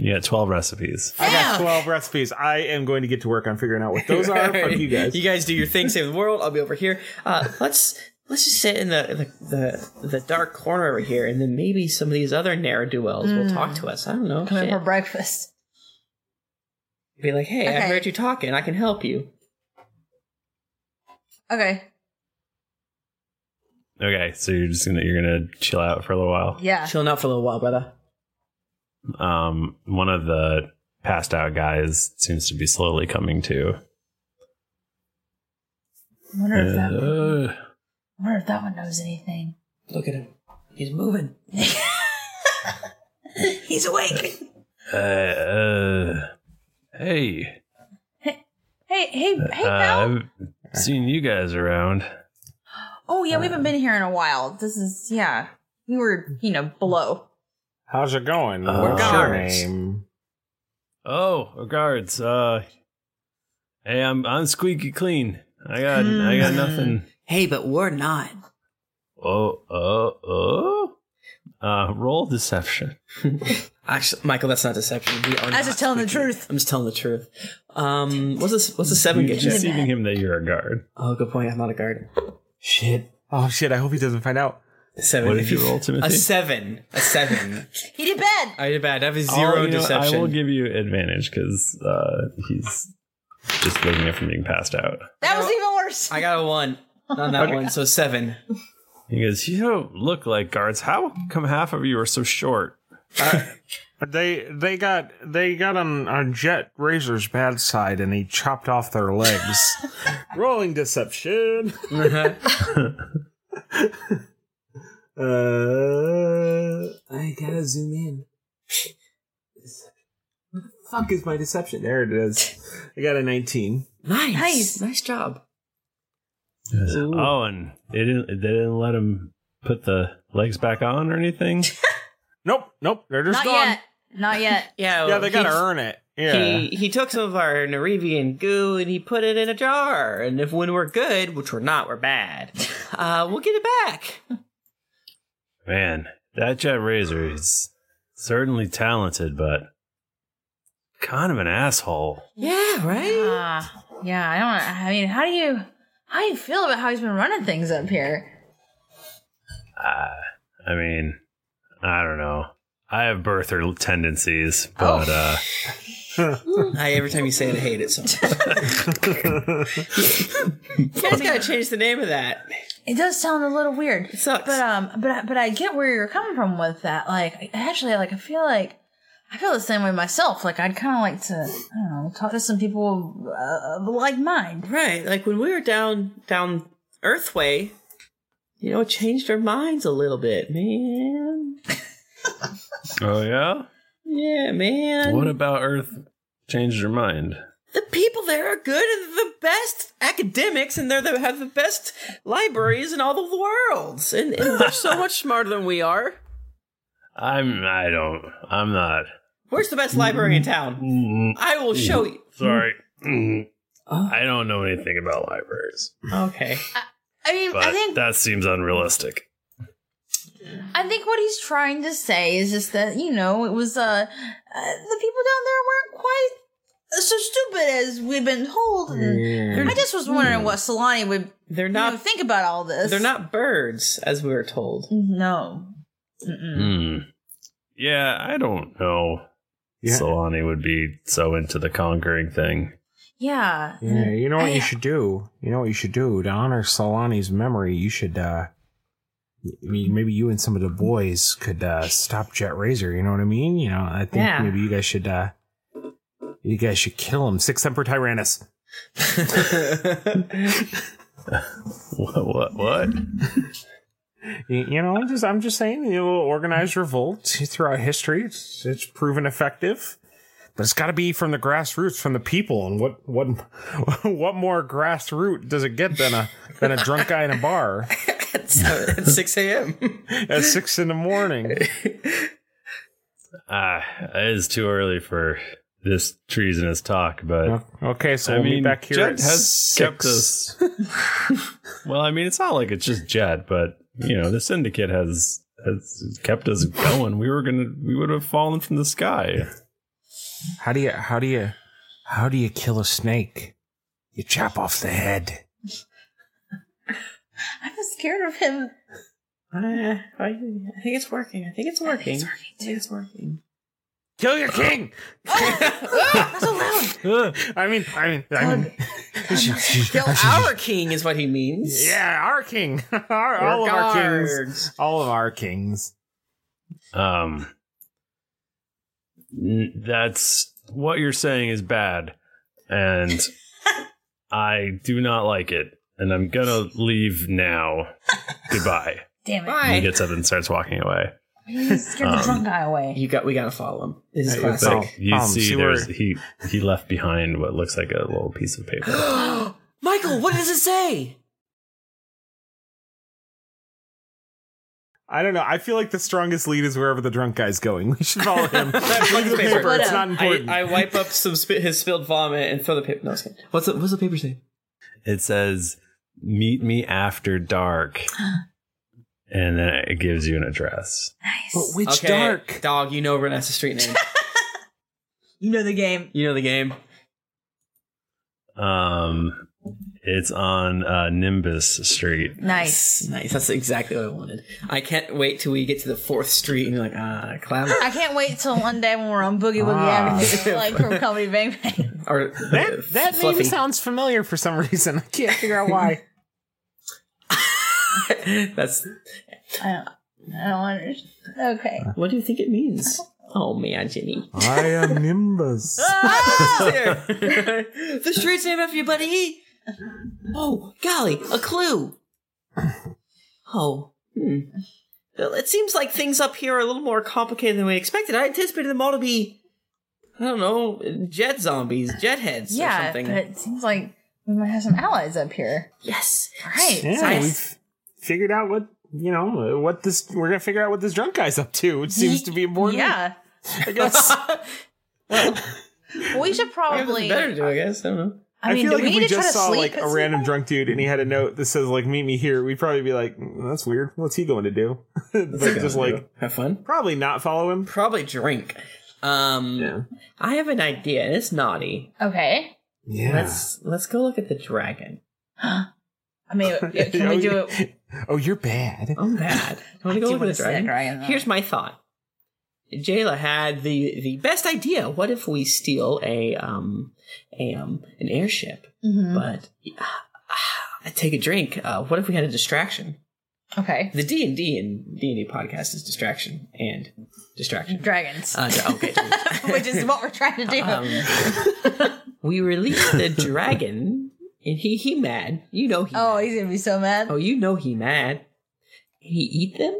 [SPEAKER 1] Yeah, twelve recipes.
[SPEAKER 2] I got twelve recipes. I am going to get to work on figuring out what those are. Fuck you guys.
[SPEAKER 4] You guys do your thing, save the world. I'll be over here. Uh, let's let's just sit in the the, the the dark corner over here, and then maybe some of these other ne'er do wells will
[SPEAKER 3] Mm.
[SPEAKER 4] talk to us. I don't know.
[SPEAKER 3] coming
[SPEAKER 4] Shit.
[SPEAKER 3] for breakfast.
[SPEAKER 4] Be like, hey, I
[SPEAKER 3] Okay.
[SPEAKER 4] heard you talking. I can help you.
[SPEAKER 3] Okay.
[SPEAKER 1] Okay, so you're just gonna you're gonna chill out for a little while.
[SPEAKER 3] Yeah.
[SPEAKER 4] Chilling out for a little while, brother.
[SPEAKER 1] Um, one of the passed out guys seems to be slowly coming to.
[SPEAKER 3] I wonder if that. One,
[SPEAKER 1] Uh,
[SPEAKER 3] I wonder if that one knows anything.
[SPEAKER 4] Look at him. He's moving.
[SPEAKER 3] He's awake.
[SPEAKER 1] uh, uh, hey,
[SPEAKER 3] Hey, hey,
[SPEAKER 1] uh,
[SPEAKER 3] hey, pal.
[SPEAKER 1] I've seen you guys around.
[SPEAKER 3] Oh yeah, we haven't been here in a while. This is yeah. We were, you know, below.
[SPEAKER 2] How's it going?
[SPEAKER 1] Uh,
[SPEAKER 2] What's your
[SPEAKER 1] guards.
[SPEAKER 2] name?
[SPEAKER 1] Oh, guards. Uh, hey, I'm I'm squeaky clean. I got I got
[SPEAKER 4] Hmm.
[SPEAKER 1] nothing.
[SPEAKER 4] Hey, but we're not.
[SPEAKER 1] Oh oh oh. Uh, roll deception.
[SPEAKER 4] Actually, Michael, that's not deception. We are.
[SPEAKER 3] I was just telling the truth.
[SPEAKER 4] I'm just telling the truth. Um, what's this? What's the seven
[SPEAKER 1] You're
[SPEAKER 4] get you?
[SPEAKER 1] deceiving him that you're a guard.
[SPEAKER 4] Oh, good point. I'm not a guard.
[SPEAKER 2] Shit. Oh shit! I hope he doesn't find out.
[SPEAKER 4] Seven.
[SPEAKER 1] What did you roll,
[SPEAKER 4] A
[SPEAKER 1] Timothy?
[SPEAKER 4] seven. A seven.
[SPEAKER 3] He did bad.
[SPEAKER 4] I did bad. I have a
[SPEAKER 1] I'll-
[SPEAKER 4] zero
[SPEAKER 1] Oh, you know,
[SPEAKER 4] deception.
[SPEAKER 1] I will give you advantage because uh, he's just waking up from being passed out.
[SPEAKER 3] That was even worse.
[SPEAKER 4] I got a one on that one, so seven.
[SPEAKER 1] He goes, "You don't look like guards. How come half of you are so short?"
[SPEAKER 2] They they got they got on on Jet Razor's bad side, and he chopped off their legs. Rolling deception. Uh, I gotta zoom in. fuck is my deception? There it is. I got a 19.
[SPEAKER 4] Nice. Nice. Nice job.
[SPEAKER 1] Oh, and they didn't they didn't let him put the legs back on or anything.
[SPEAKER 2] nope, nope, they're
[SPEAKER 3] Not yet. Not yet.
[SPEAKER 4] Yeah. well, he's- He he took some of our Narivian goo and he put it in a jar. And if when we're good, which we're not, we're bad. Uh, we'll get it back.
[SPEAKER 1] Man, that Jet Razor is certainly talented, but kind of an asshole.
[SPEAKER 4] Yeah,
[SPEAKER 3] right? Yeah. yeah, I don't I mean, how do you how do you feel about how he's been running things up here?
[SPEAKER 1] Uh, I mean, I don't know. I have birther tendencies,
[SPEAKER 4] Oh.
[SPEAKER 1] but uh,
[SPEAKER 4] I every time you say it, I hate it so You guys gotta change the name of that.
[SPEAKER 3] It does sound a little weird. But um but I- but I get where you're coming from with that. Like I- actually like I feel like I feel the same way myself. Like I'd kind of like to I don't know, talk to some people uh, of like mind.
[SPEAKER 4] Right. Like when we were down down Earthway, you know, it changed our minds a little bit, man.
[SPEAKER 1] oh yeah.
[SPEAKER 4] Yeah, man.
[SPEAKER 1] What about Earth changed your mind?
[SPEAKER 4] the people there are good and the best academics and they're the, have the best libraries in all the worlds and, and they're so much smarter than we are
[SPEAKER 1] I'm. I don't. I'm not.
[SPEAKER 4] where's the best library in town i will show you
[SPEAKER 1] Mm-hmm. Sorry. I don't know anything about libraries.
[SPEAKER 4] Okay.
[SPEAKER 3] I mean,
[SPEAKER 1] But
[SPEAKER 3] I think
[SPEAKER 1] that seems unrealistic.
[SPEAKER 3] I think what he's trying to say is just that you know it was uh, uh the people down there weren't quite so stupid as we've been told. And
[SPEAKER 4] Yeah.
[SPEAKER 2] Mm.
[SPEAKER 3] I just was wondering what Solani would
[SPEAKER 4] they're
[SPEAKER 3] not think about all this.
[SPEAKER 4] they're not birds as we were told
[SPEAKER 3] no
[SPEAKER 1] Hmm. Yeah, I don't know. Solani would be so into the conquering thing.
[SPEAKER 3] Yeah.
[SPEAKER 2] Yeah, you know what
[SPEAKER 3] I-
[SPEAKER 2] you should do? You know what you should do? To honor Solani's memory, you should, uh, I mean, maybe you and some of the boys could, uh, stop Jet Razor, you know what I mean? You know, I think
[SPEAKER 4] Yeah.
[SPEAKER 2] maybe you guys should, uh, you guys should kill him. Six Emperor Tyrannus.
[SPEAKER 1] what, what, what?
[SPEAKER 2] You, you know, I'm just, I'm just saying, you know, a little organized revolt throughout history, it's, it's proven effective. But it's got to be from the grassroots, from the people, and what what what more grassroots does it get than a than a drunk guy in a bar?
[SPEAKER 4] at 6 a.m.
[SPEAKER 2] At 6 in the morning.
[SPEAKER 1] Ah, it is too early for this treasonous talk, but
[SPEAKER 2] Okay, so
[SPEAKER 1] I
[SPEAKER 2] we'll
[SPEAKER 1] mean,
[SPEAKER 2] be back here
[SPEAKER 1] Jet
[SPEAKER 2] at
[SPEAKER 1] has kept
[SPEAKER 2] six.
[SPEAKER 1] us. well, I mean, it's not like it's just Jet, but you know, the syndicate has has kept us going. We were gonna, we would have fallen from the sky.
[SPEAKER 2] How do you how do you how do you kill a snake? You chop off the head.
[SPEAKER 3] I was scared of him.
[SPEAKER 4] Uh, I, I think it's working. I think it's working. It's working. Too. It's working.
[SPEAKER 2] Kill your king.
[SPEAKER 4] Oh!
[SPEAKER 2] Uh, I mean, I mean, I mean.
[SPEAKER 4] Kill our king is what he means.
[SPEAKER 2] Yeah, our king. Our,
[SPEAKER 4] We're
[SPEAKER 2] all of our
[SPEAKER 4] guards.
[SPEAKER 2] kings. All of our kings.
[SPEAKER 1] Um, n- that's what you're saying is bad, and I do not like it. And I'm gonna leave now. Goodbye.
[SPEAKER 3] Damn it.
[SPEAKER 1] And He gets up and starts walking away.
[SPEAKER 3] He scared the
[SPEAKER 1] Um,
[SPEAKER 3] drunk guy away.
[SPEAKER 4] You got. We gotta follow him. This is
[SPEAKER 1] It's
[SPEAKER 4] classic.
[SPEAKER 1] like you
[SPEAKER 2] um,
[SPEAKER 1] see,
[SPEAKER 2] see where-
[SPEAKER 1] there's he he left behind what looks like a little piece of paper.
[SPEAKER 4] Michael, what does it say?
[SPEAKER 2] I don't know. I feel like the strongest lead is wherever the drunk guy's going. We should follow him. Leave the paper. It's
[SPEAKER 3] um,
[SPEAKER 2] not important.
[SPEAKER 4] I, I wipe up some sp- his spilled vomit and throw the paper. No, it's good. What's the What's the paper say?
[SPEAKER 1] It says, "Meet me after dark," and then it gives you an address.
[SPEAKER 3] But
[SPEAKER 2] which
[SPEAKER 4] Okay,
[SPEAKER 2] dark?
[SPEAKER 4] dog? You know Renessa's street name.
[SPEAKER 3] You know the game.
[SPEAKER 4] you know the game.
[SPEAKER 1] Um, it's on uh, Nimbus Street.
[SPEAKER 3] Nice.
[SPEAKER 4] Nice. That's exactly what I wanted. I can't wait till we get to the fourth street and you're like, ah, clown.
[SPEAKER 3] I can't wait till one day when we're on Boogie Woogie
[SPEAKER 2] Ah.
[SPEAKER 3] Avenue, like from Comedy Bang Bang.
[SPEAKER 4] Or
[SPEAKER 2] that that
[SPEAKER 4] Fluffy.
[SPEAKER 2] name sounds familiar for some reason. I can't figure out why.
[SPEAKER 4] That's.
[SPEAKER 3] I don't, I don't understand. Okay.
[SPEAKER 4] What do you think it means? Oh man, Jenny.
[SPEAKER 2] I am Nimbus.
[SPEAKER 4] the street's named after you, buddy. Oh, golly, a clue. Oh, hmm. Well, It seems like things up here are a little more complicated than we expected. I anticipated them all to be I don't know, jet zombies, jet heads, or
[SPEAKER 3] yeah,
[SPEAKER 4] something.
[SPEAKER 3] but it seems like we might have some allies up here.
[SPEAKER 4] Yes.
[SPEAKER 3] All right.
[SPEAKER 2] Yeah, we've figured out what you know uh, what this. We're gonna figure out what this drunk guy's up to, which seems to be important.
[SPEAKER 3] Yeah.
[SPEAKER 2] I guess.
[SPEAKER 3] Well, we should probably.
[SPEAKER 4] I guess. I don't know.
[SPEAKER 3] I mean,
[SPEAKER 2] feel
[SPEAKER 3] do
[SPEAKER 2] like
[SPEAKER 3] we
[SPEAKER 2] if
[SPEAKER 3] need
[SPEAKER 2] we
[SPEAKER 3] to try
[SPEAKER 2] just
[SPEAKER 3] to
[SPEAKER 2] saw
[SPEAKER 3] sleep
[SPEAKER 2] like
[SPEAKER 3] at
[SPEAKER 2] a
[SPEAKER 3] some
[SPEAKER 2] random drunk dude and he had a note that says like "Meet me here," we'd probably be like, "Mm, "That's weird. What's he going to do?" but
[SPEAKER 4] he
[SPEAKER 2] just
[SPEAKER 4] gonna
[SPEAKER 2] like
[SPEAKER 4] have fun.
[SPEAKER 2] Probably not follow him.
[SPEAKER 4] Probably drink. Um, I have an idea, and it's naughty.
[SPEAKER 3] Okay.
[SPEAKER 2] Yeah.
[SPEAKER 4] Let's let's go look at the dragon.
[SPEAKER 3] I mean, can we do it?
[SPEAKER 2] Oh, you're bad.
[SPEAKER 4] I'm bad. I want to go
[SPEAKER 3] I do
[SPEAKER 4] look at
[SPEAKER 3] wanna
[SPEAKER 4] the
[SPEAKER 3] see
[SPEAKER 4] dragon.
[SPEAKER 3] that dragon, though.
[SPEAKER 4] Here's my thought. Jayla had the the best idea. What if we steal a um a um an airship?
[SPEAKER 3] Mhm.
[SPEAKER 4] But I take a drink. Uh, what if we had a distraction?
[SPEAKER 3] Okay.
[SPEAKER 4] The D and D and D and D podcast is distraction and distraction.
[SPEAKER 3] Dragons.
[SPEAKER 4] Uh, dra- okay.
[SPEAKER 3] Which is what we're trying to do.
[SPEAKER 4] Um,
[SPEAKER 3] Um,
[SPEAKER 4] we release the dragon, and he he mad. You know he.
[SPEAKER 3] oh, he's gonna be so mad.
[SPEAKER 4] Oh, you know he mad. He eat them,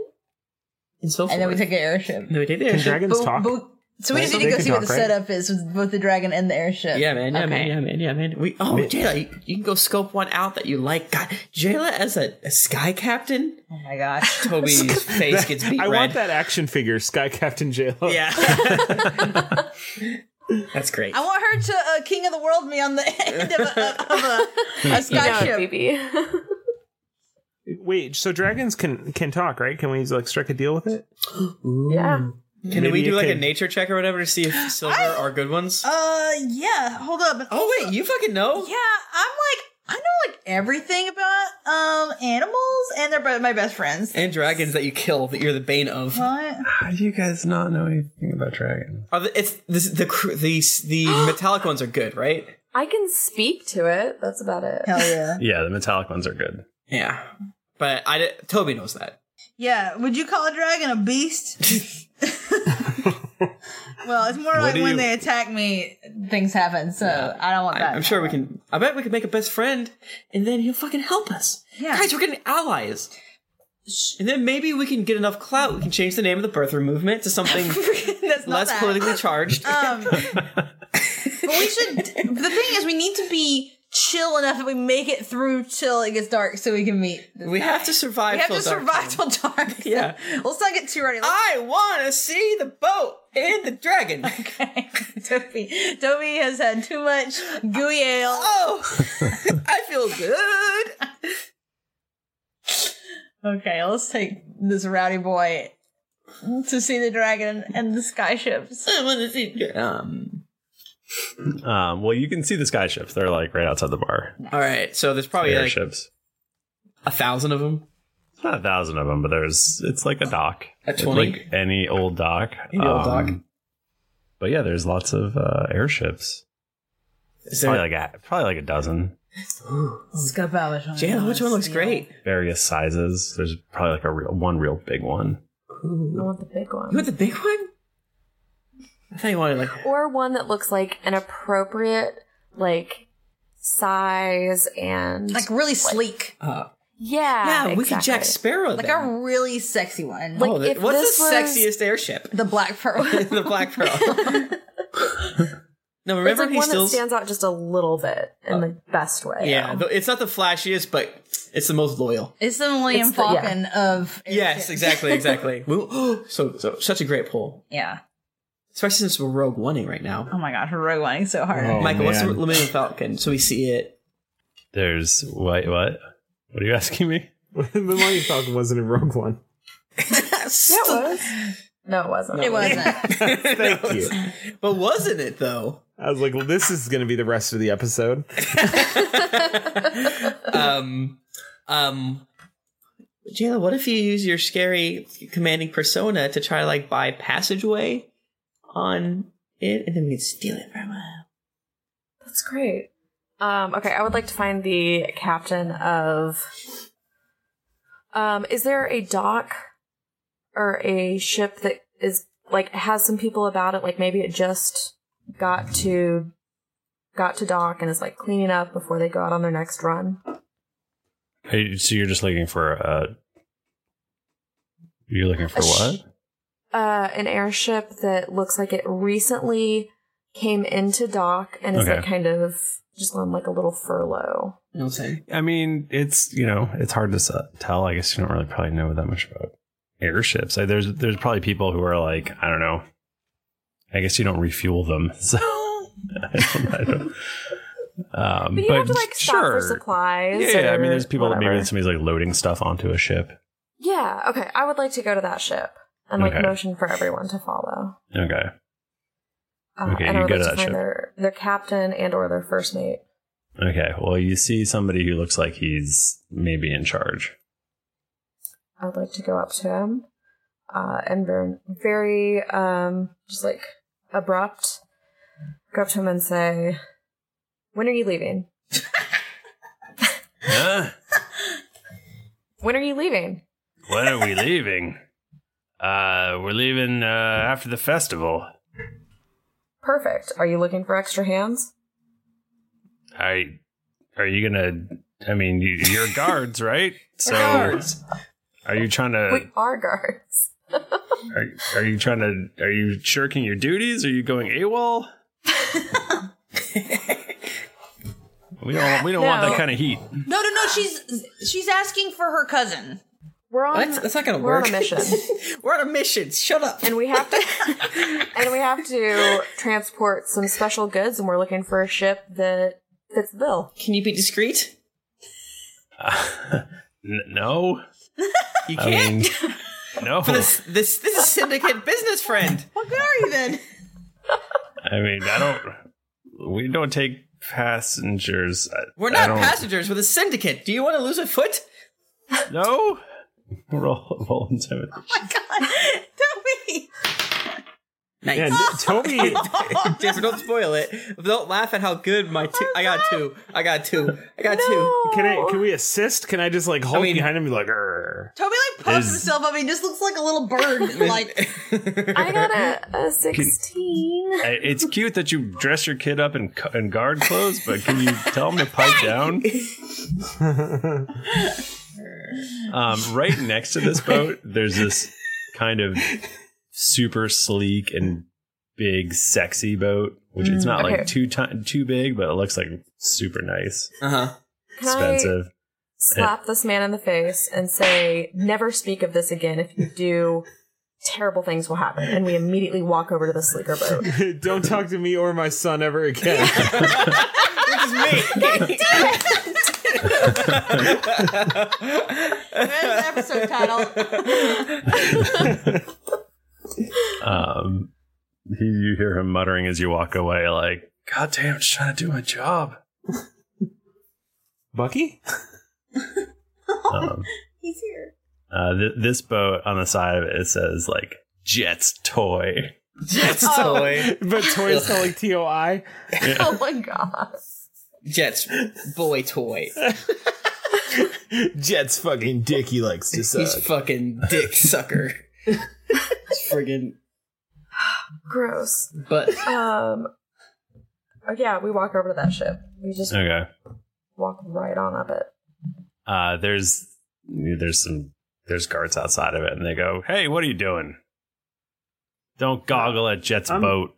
[SPEAKER 4] and so
[SPEAKER 3] and then we
[SPEAKER 4] forth.
[SPEAKER 3] take an airship.
[SPEAKER 4] No, we did the
[SPEAKER 3] Can
[SPEAKER 4] airship.
[SPEAKER 3] dragons But- talk? but- So we just need to go see what the setup is with both the dragon and the airship.
[SPEAKER 4] Yeah, man. Yeah, man. Yeah, man. Yeah, man. We. Oh,
[SPEAKER 3] Man.
[SPEAKER 4] Jayla, you, you can go scope one out that you like. God, Jayla as a, a sky captain.
[SPEAKER 3] Oh my gosh,
[SPEAKER 4] Toby's face
[SPEAKER 2] That-
[SPEAKER 4] gets beat
[SPEAKER 2] I
[SPEAKER 4] red.
[SPEAKER 2] want that action figure, Sky Captain Jayla.
[SPEAKER 4] Yeah, that's great.
[SPEAKER 3] I want her to uh, King of the World me on the end of a, of a, a skyship.
[SPEAKER 2] Wait, so dragons can can talk, right? Can we like strike a deal with it?
[SPEAKER 4] Yeah. Can
[SPEAKER 2] Maybe
[SPEAKER 4] we do
[SPEAKER 2] it
[SPEAKER 4] like a
[SPEAKER 2] can-
[SPEAKER 4] nature check or whatever to see if silver are good ones?
[SPEAKER 3] Uh, yeah. Hold up.
[SPEAKER 4] Oh wait, you fucking know?
[SPEAKER 3] Yeah, I'm like I know like everything about um animals, and they're both my best friends.
[SPEAKER 4] And dragons that you kill that you're the bane of.
[SPEAKER 3] What?
[SPEAKER 1] How do you guys not know anything about dragons?
[SPEAKER 4] Are the, it's this, the cr- the the metallic ones are good, right?
[SPEAKER 5] I can speak to it. That's about it.
[SPEAKER 3] Hell yeah.
[SPEAKER 1] Yeah, the metallic ones are good.
[SPEAKER 4] Yeah, but I di- Toby knows that.
[SPEAKER 3] Yeah. Would you call a dragon a beast? well, it's more
[SPEAKER 4] What
[SPEAKER 3] like
[SPEAKER 4] do
[SPEAKER 3] when
[SPEAKER 4] you-
[SPEAKER 3] they attack me, things happen. So I don't want
[SPEAKER 4] I,
[SPEAKER 3] that.
[SPEAKER 4] I'm sure we can. I bet we can make a best friend, and then he'll fucking help us.
[SPEAKER 3] Yeah.
[SPEAKER 4] guys, we're getting allies. And then maybe we can get enough clout. We can change the name of the birther movement to something
[SPEAKER 3] That's not
[SPEAKER 4] less
[SPEAKER 3] that.
[SPEAKER 4] politically charged.
[SPEAKER 3] Um, but we should. The thing is, we need to be chill enough that we make it through till it gets dark, so we can meet. this
[SPEAKER 4] We
[SPEAKER 3] guy.
[SPEAKER 4] have to survive
[SPEAKER 3] We have
[SPEAKER 4] till
[SPEAKER 3] to
[SPEAKER 4] dark
[SPEAKER 3] survive till dark.
[SPEAKER 4] Yeah.
[SPEAKER 3] Let's not get too ready.
[SPEAKER 4] I want to see the boat and the dragon.
[SPEAKER 3] Toby, Toby has had too much gooey ale.
[SPEAKER 4] Oh, I feel good.
[SPEAKER 3] Okay, let's take this rowdy boy to see the dragon and the skyships.
[SPEAKER 4] I want to see. Um.
[SPEAKER 1] Um, well, you can see the skyships. They're like right outside the bar.
[SPEAKER 4] All right, so there's probably like
[SPEAKER 1] airships.
[SPEAKER 4] a thousand of them.
[SPEAKER 1] It's not a thousand of them, but there's it's like a dock.
[SPEAKER 4] A
[SPEAKER 1] It's
[SPEAKER 4] 20?
[SPEAKER 1] like any old dock. Um,
[SPEAKER 4] Any old dock.
[SPEAKER 1] But yeah, there's lots of uh, airships.
[SPEAKER 4] Is
[SPEAKER 1] probably like a, probably like a dozen,
[SPEAKER 3] Let's go, Baba.
[SPEAKER 4] Jayla, which one looks great?
[SPEAKER 1] various sizes. There's probably like a real, one real big one.
[SPEAKER 5] I want the big one.
[SPEAKER 4] You want the big one? I thought you wanted like
[SPEAKER 5] Or one that looks like an appropriate, like, size and.
[SPEAKER 3] Like really sleek.
[SPEAKER 4] Uh,
[SPEAKER 5] yeah.
[SPEAKER 3] Yeah, we could Jack
[SPEAKER 4] Sparrow.
[SPEAKER 3] Like a really sexy one.
[SPEAKER 5] Like, Oh, if
[SPEAKER 4] what's
[SPEAKER 5] this
[SPEAKER 4] the
[SPEAKER 5] was-
[SPEAKER 4] sexiest airship?
[SPEAKER 3] The Black Pearl.
[SPEAKER 4] the Black Pearl. no,
[SPEAKER 5] Remember
[SPEAKER 4] remember
[SPEAKER 5] it's like
[SPEAKER 4] he
[SPEAKER 5] one
[SPEAKER 4] still.
[SPEAKER 5] that stands out just a little bit in the best way.
[SPEAKER 4] yeah, though it's not the flashiest, but it's the most loyal.
[SPEAKER 3] It's the William
[SPEAKER 5] It's the- yeah.
[SPEAKER 3] Falcon of
[SPEAKER 4] Yes, exactly, exactly. We- so, so such a great pull,
[SPEAKER 3] yeah.
[SPEAKER 4] especially since we're rogue oneing right now.
[SPEAKER 3] Oh my god, her rogue lining so hard.
[SPEAKER 4] Michael, what's the
[SPEAKER 1] Oh, man.
[SPEAKER 4] Millennium Falcon? So we see it.
[SPEAKER 1] There's what? What? What are you asking me?
[SPEAKER 2] the Millennium Falcon wasn't in Rogue One.
[SPEAKER 5] Yeah, it was. No, it wasn't.
[SPEAKER 3] It wasn't.
[SPEAKER 2] Thank you.
[SPEAKER 4] But wasn't it though?
[SPEAKER 2] I was like, well, this is going to be the rest of the episode.
[SPEAKER 4] um, um, Jayla, what if you use your scary commanding persona to try to like buy passageway on it, and then we can steal it from her?
[SPEAKER 5] That's great. Um, okay, I would like to find the captain of. Um, is there a dock or a ship that is like has some people about it? Like maybe it just got to got to dock and is like cleaning up before they go out on their next run.
[SPEAKER 1] Are you- so you're just looking for uh, you're looking for
[SPEAKER 5] A sh-
[SPEAKER 1] what?
[SPEAKER 5] Uh, an airship that looks like it recently came into dock and is
[SPEAKER 1] Okay.
[SPEAKER 5] like kind of just on like a little furlough.
[SPEAKER 4] Okay.
[SPEAKER 1] I mean, it's you know, it's hard to s- tell. I guess you don't really probably know that much about airships. Like, there's there's probably people who are like, I don't know. I guess you don't refuel them, so I don't. I don't um,
[SPEAKER 5] But you have to like stop
[SPEAKER 1] sure.
[SPEAKER 5] for supplies.
[SPEAKER 1] Yeah, yeah, I mean,
[SPEAKER 5] or
[SPEAKER 1] there's people that maybe
[SPEAKER 5] whatever.
[SPEAKER 1] somebody's like loading stuff onto a ship.
[SPEAKER 5] Yeah, okay. I would like to go to that ship and like
[SPEAKER 1] Okay.
[SPEAKER 5] motion for everyone to follow.
[SPEAKER 1] Okay.
[SPEAKER 5] Uh,
[SPEAKER 1] Okay,
[SPEAKER 5] and
[SPEAKER 1] you
[SPEAKER 5] I would
[SPEAKER 1] go
[SPEAKER 5] like to
[SPEAKER 1] to that
[SPEAKER 5] find
[SPEAKER 1] ship.
[SPEAKER 5] their their captain and or their first mate.
[SPEAKER 1] Okay. Well, you see somebody who looks like he's maybe in charge.
[SPEAKER 5] I would like to go up to him uh, and very, very um, just like abrupt, go up to him and say, "When are you leaving?
[SPEAKER 1] Huh?
[SPEAKER 5] When are you leaving?"
[SPEAKER 1] When are we leaving? Uh, we're leaving uh, after the festival.
[SPEAKER 5] Perfect. Are you looking for extra hands?
[SPEAKER 1] I are you gonna? I mean, you, you're guards, right? So,
[SPEAKER 5] guards.
[SPEAKER 1] are you trying
[SPEAKER 5] we
[SPEAKER 1] to?
[SPEAKER 5] are guards.
[SPEAKER 1] Are, are you trying to? Are you shirking your duties? Are you going AWOL? we don't. We don't want
[SPEAKER 3] No.
[SPEAKER 1] that kind of heat.
[SPEAKER 3] No, no, no. She's she's asking for her cousin.
[SPEAKER 5] We're on.
[SPEAKER 4] That's, that's not gonna
[SPEAKER 5] we're on
[SPEAKER 4] work.
[SPEAKER 5] a mission.
[SPEAKER 4] we're on a mission. Shut up.
[SPEAKER 5] And we have to and we have to transport some special goods and we're looking for a ship that fits the bill.
[SPEAKER 4] Can you be discreet?
[SPEAKER 1] N- no.
[SPEAKER 4] You
[SPEAKER 1] I
[SPEAKER 4] can't.
[SPEAKER 1] mean, no.
[SPEAKER 4] This this this is syndicate business friend.
[SPEAKER 3] What good are you then?
[SPEAKER 1] I mean, I don't. We don't take passengers. I-
[SPEAKER 4] We're
[SPEAKER 1] I
[SPEAKER 4] not
[SPEAKER 1] don't-
[SPEAKER 4] passengers. We're the syndicate. Do you want to lose a foot?
[SPEAKER 1] No. Roll, roll intimidation.
[SPEAKER 3] Oh
[SPEAKER 4] Nice.
[SPEAKER 1] Yeah, Toby-
[SPEAKER 4] Jasper, don't spoil it. Don't laugh at how good my
[SPEAKER 3] Oh
[SPEAKER 4] two. I got two. I got two. I got two.
[SPEAKER 2] Can I? Can we assist? Can I just like hold
[SPEAKER 4] mean-
[SPEAKER 2] behind him and be like, "Grr."
[SPEAKER 3] Toby like puffs
[SPEAKER 2] Is-
[SPEAKER 3] himself up. He just looks like a little bird. like
[SPEAKER 5] I got
[SPEAKER 4] Uh,
[SPEAKER 5] a, a sixteen.
[SPEAKER 1] I- It's cute that you dress your kid up in, cu- in guard clothes, but can you tell him to pipe down? um, right next to this boat, there's this kind of super sleek and big, sexy boat, which it's
[SPEAKER 5] Mm,
[SPEAKER 1] not
[SPEAKER 5] okay.
[SPEAKER 1] like too ti too big, but it looks like super nice,
[SPEAKER 4] uh-huh.
[SPEAKER 5] Can I
[SPEAKER 1] expensive.
[SPEAKER 5] Slap this man in the face and say, Never speak of this again. If you do, terrible things will happen. And we immediately walk over to the sleeker boat.
[SPEAKER 2] Don't talk to me or my son ever again.
[SPEAKER 3] There's the episode title.
[SPEAKER 1] Um, he, you hear him muttering as you walk away, like, God damn, just trying to do my job.
[SPEAKER 2] Bucky?
[SPEAKER 1] Um,
[SPEAKER 3] He's here.
[SPEAKER 1] uh, th- this boat on the side of it, it says, like, Jet's toy.
[SPEAKER 4] Jet's toy.
[SPEAKER 2] Oh. but toy's not like TOI.
[SPEAKER 5] Oh my god.
[SPEAKER 4] Jet's boy toy.
[SPEAKER 2] Jet's fucking dick he likes to suck.
[SPEAKER 4] He's fucking dick sucker. It's friggin'
[SPEAKER 5] Gross.
[SPEAKER 4] but
[SPEAKER 5] Um oh, yeah, we walk over to that ship. We just
[SPEAKER 1] Okay.
[SPEAKER 5] walk right on up it.
[SPEAKER 1] Uh, there's there's some there's guards outside of it, and they go, "Hey, what are you doing? Don't goggle at Jet's
[SPEAKER 2] I'm-
[SPEAKER 1] boat.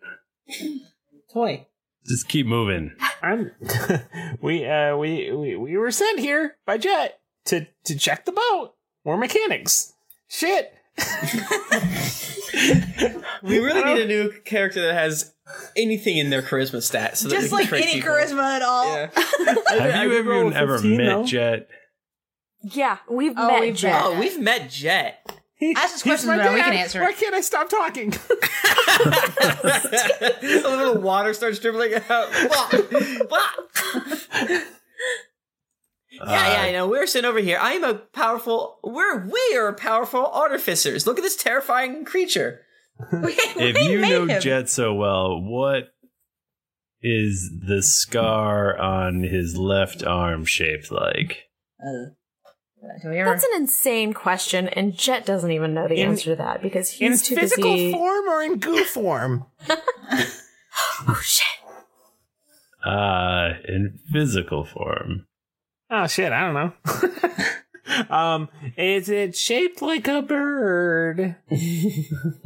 [SPEAKER 4] toy.
[SPEAKER 1] Just keep moving."
[SPEAKER 2] I'm we uh we, we we were sent here by Jet to to check the boat. We're mechanics. Shit.
[SPEAKER 4] We really need a new character that has anything in their charisma stat. So that we
[SPEAKER 3] Just
[SPEAKER 4] can
[SPEAKER 3] like
[SPEAKER 4] trick
[SPEAKER 3] any
[SPEAKER 4] people.
[SPEAKER 3] charisma at all.
[SPEAKER 1] Have you
[SPEAKER 2] did roll
[SPEAKER 1] even
[SPEAKER 2] a
[SPEAKER 1] ever
[SPEAKER 2] 15,
[SPEAKER 1] met
[SPEAKER 2] though.
[SPEAKER 1] Jet?
[SPEAKER 5] Yeah, we've
[SPEAKER 3] Oh,
[SPEAKER 5] met
[SPEAKER 3] we've
[SPEAKER 5] Jet.
[SPEAKER 4] Oh, we've met Jet.
[SPEAKER 3] Ask us
[SPEAKER 2] He's
[SPEAKER 3] questions
[SPEAKER 2] my
[SPEAKER 3] about it. We
[SPEAKER 2] dad.
[SPEAKER 3] can answer.
[SPEAKER 2] Why
[SPEAKER 3] it.
[SPEAKER 2] can't I stop talking?
[SPEAKER 4] a little water starts dribbling out. Blah, blah. yeah, yeah,
[SPEAKER 1] Uh,
[SPEAKER 4] I know. We're sitting over here. I am a powerful. We're we are powerful artificers. Look at this terrifying creature.
[SPEAKER 1] If you
[SPEAKER 4] made
[SPEAKER 1] know
[SPEAKER 4] him.
[SPEAKER 1] Jet so well, what is the scar on his left arm shaped like?
[SPEAKER 5] That's an insane question, and Jet doesn't even know the
[SPEAKER 2] In-
[SPEAKER 5] answer to that because
[SPEAKER 2] in
[SPEAKER 5] he's too
[SPEAKER 2] physical
[SPEAKER 5] busy.
[SPEAKER 2] form or in goo form?
[SPEAKER 5] oh shit!
[SPEAKER 1] Uh, in physical form.
[SPEAKER 2] Oh shit, I don't know. um is it shaped like a bird?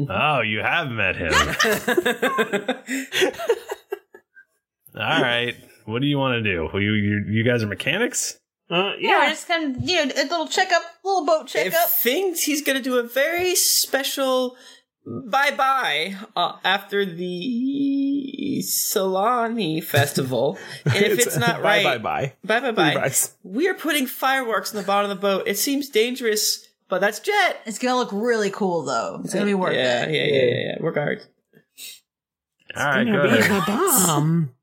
[SPEAKER 1] oh, you have met him. All right. What do you want to do? You, you you guys are mechanics?
[SPEAKER 2] Uh,
[SPEAKER 3] Yeah, just kind of you know a little checkup, little boat checkup.
[SPEAKER 4] Thinks he's going to do a very special bye bye uh, after the Solani festival. And if it's, not right,
[SPEAKER 10] Bye bye
[SPEAKER 4] bye bye bye.
[SPEAKER 10] Levi's.
[SPEAKER 4] We are putting fireworks in the bottom of the boat. It seems dangerous, but that's Jet.
[SPEAKER 3] It's gonna look really cool though. It's gonna be worth
[SPEAKER 4] yeah,
[SPEAKER 3] it.
[SPEAKER 4] Yeah, yeah, yeah, yeah. Work hard.
[SPEAKER 1] All right,
[SPEAKER 4] gonna
[SPEAKER 1] go
[SPEAKER 4] be
[SPEAKER 1] ahead.
[SPEAKER 4] the bomb.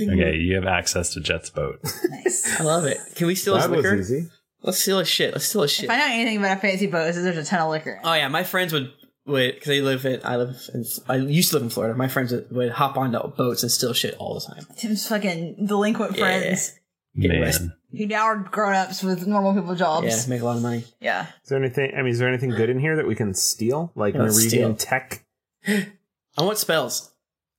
[SPEAKER 1] Okay, you have access to Jet's boat.
[SPEAKER 4] I love it. Can we steal his
[SPEAKER 1] That was
[SPEAKER 4] liquor?
[SPEAKER 1] easy.
[SPEAKER 4] Let's steal his shit. Let's steal his shit.
[SPEAKER 3] If I know anything about a fancy boat, is that there's a ton of liquor.
[SPEAKER 4] Oh yeah, my friends would would because they live in I live in I used to live in Florida. My friends would, would hop onto boats and steal shit all the time.
[SPEAKER 3] Tim's fucking delinquent
[SPEAKER 4] Yeah.
[SPEAKER 3] friends
[SPEAKER 4] Get
[SPEAKER 1] Man.
[SPEAKER 4] arrested.
[SPEAKER 3] who now are grown ups with normal people jobs.
[SPEAKER 4] make a lot of money.
[SPEAKER 3] Yeah.
[SPEAKER 2] Is there anything? I mean, is there anything good in here that we can steal? Like
[SPEAKER 1] Let's
[SPEAKER 2] Norwegian
[SPEAKER 1] steal.
[SPEAKER 2] tech?
[SPEAKER 4] I want spells.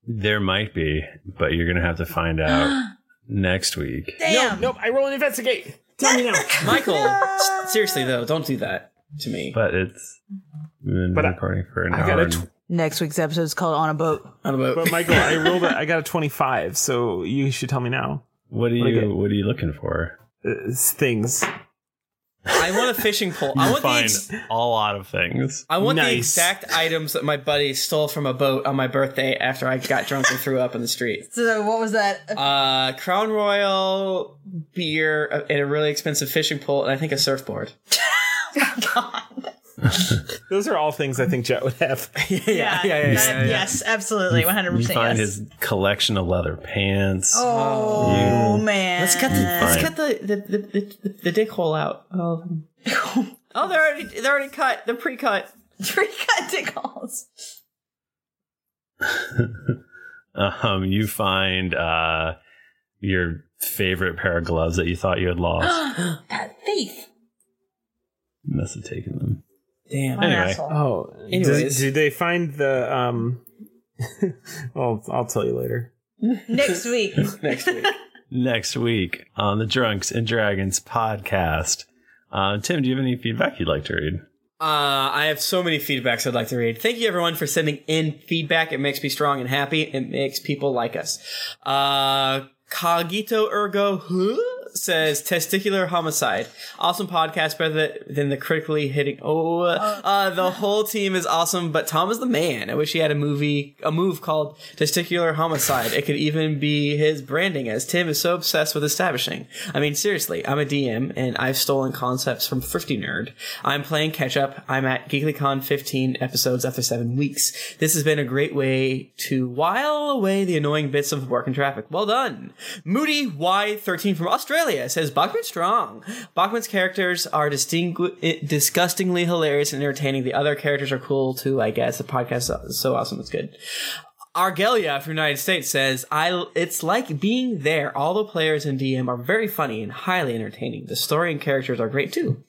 [SPEAKER 1] There might be, but you're gonna have to find out next week.
[SPEAKER 3] Damn.
[SPEAKER 2] Nope. I roll an investigate. Tell me now.
[SPEAKER 4] Michael, s- seriously though, don't do that to me.
[SPEAKER 1] But it's we've been recording for an
[SPEAKER 2] I got
[SPEAKER 1] hour.
[SPEAKER 2] a
[SPEAKER 1] and-
[SPEAKER 2] tw-
[SPEAKER 3] Next week's episode is called On a Boat.
[SPEAKER 4] On a boat.
[SPEAKER 2] But Michael, I rolled. A, I got a twenty-five, so you should tell me now.
[SPEAKER 1] what are you What are you looking for?
[SPEAKER 2] things.
[SPEAKER 4] I want a fishing pole. I want the
[SPEAKER 1] find
[SPEAKER 4] ex-
[SPEAKER 1] a lot of things.
[SPEAKER 4] I want the exact items that my buddy stole from a boat on my birthday after I got drunk and threw up in the street.
[SPEAKER 3] So what was that?
[SPEAKER 4] Uh, Crown Royal beer uh, and a really expensive fishing pole, and I think a surfboard.
[SPEAKER 2] Those are all things I think Jet would have.
[SPEAKER 4] yeah,
[SPEAKER 2] yeah,
[SPEAKER 1] yeah, yeah, yeah.
[SPEAKER 3] Yes, absolutely, one hundred
[SPEAKER 1] You
[SPEAKER 3] percent.
[SPEAKER 1] find
[SPEAKER 3] Yes.
[SPEAKER 1] his collection of leather pants.
[SPEAKER 3] oh
[SPEAKER 1] You-
[SPEAKER 3] man,
[SPEAKER 4] Let's cut the let's
[SPEAKER 1] Fine.
[SPEAKER 4] cut the the, the, the, the dick hole out. Oh. oh, they're already they're already cut. They're pre-cut.
[SPEAKER 3] pre-cut dick holes.
[SPEAKER 1] Um, you find uh, your favorite pair of gloves that you thought you had lost.
[SPEAKER 3] that thief.
[SPEAKER 1] you must have taken them.
[SPEAKER 4] Damn.
[SPEAKER 1] What an Anyway. asshole.
[SPEAKER 2] Oh,
[SPEAKER 1] Anyways.
[SPEAKER 2] Did, did they find the? um Well, I'll tell you later.
[SPEAKER 3] Next week.
[SPEAKER 4] Next week.
[SPEAKER 1] Next week on the Drunks and Dragons podcast. Uh, Tim, do you have any feedback you'd like to read?
[SPEAKER 4] Uh, I have so many feedbacks I'd like to read. Thank you everyone for sending in feedback. It makes me strong and happy. It makes people like us. Uh, Cogito ergo huh? says testicular homicide. Awesome podcast, better than the critically hitting. Oh, uh, the whole team is awesome, but Tom is the man. I wish he had a movie, a move called testicular homicide. It could even be his branding, as Tim is so obsessed with establishing. I mean, seriously, I'm a DM and I've stolen concepts from Thrifty Nerd. I'm playing catch up. I'm at GeeklyCon 15 episodes after seven weeks. This has been a great way to while away the annoying bits of work and traffic. Well done. Moody Y13 from Australia says Bachman strong. Bachman's characters are distingu- eh, disgustingly hilarious and entertaining. The other characters are cool too, I guess. The podcast is so awesome. It's good. Argelia from the United States says, "I it's like being there. All the players in DM are very funny and highly entertaining. The story and characters are great too."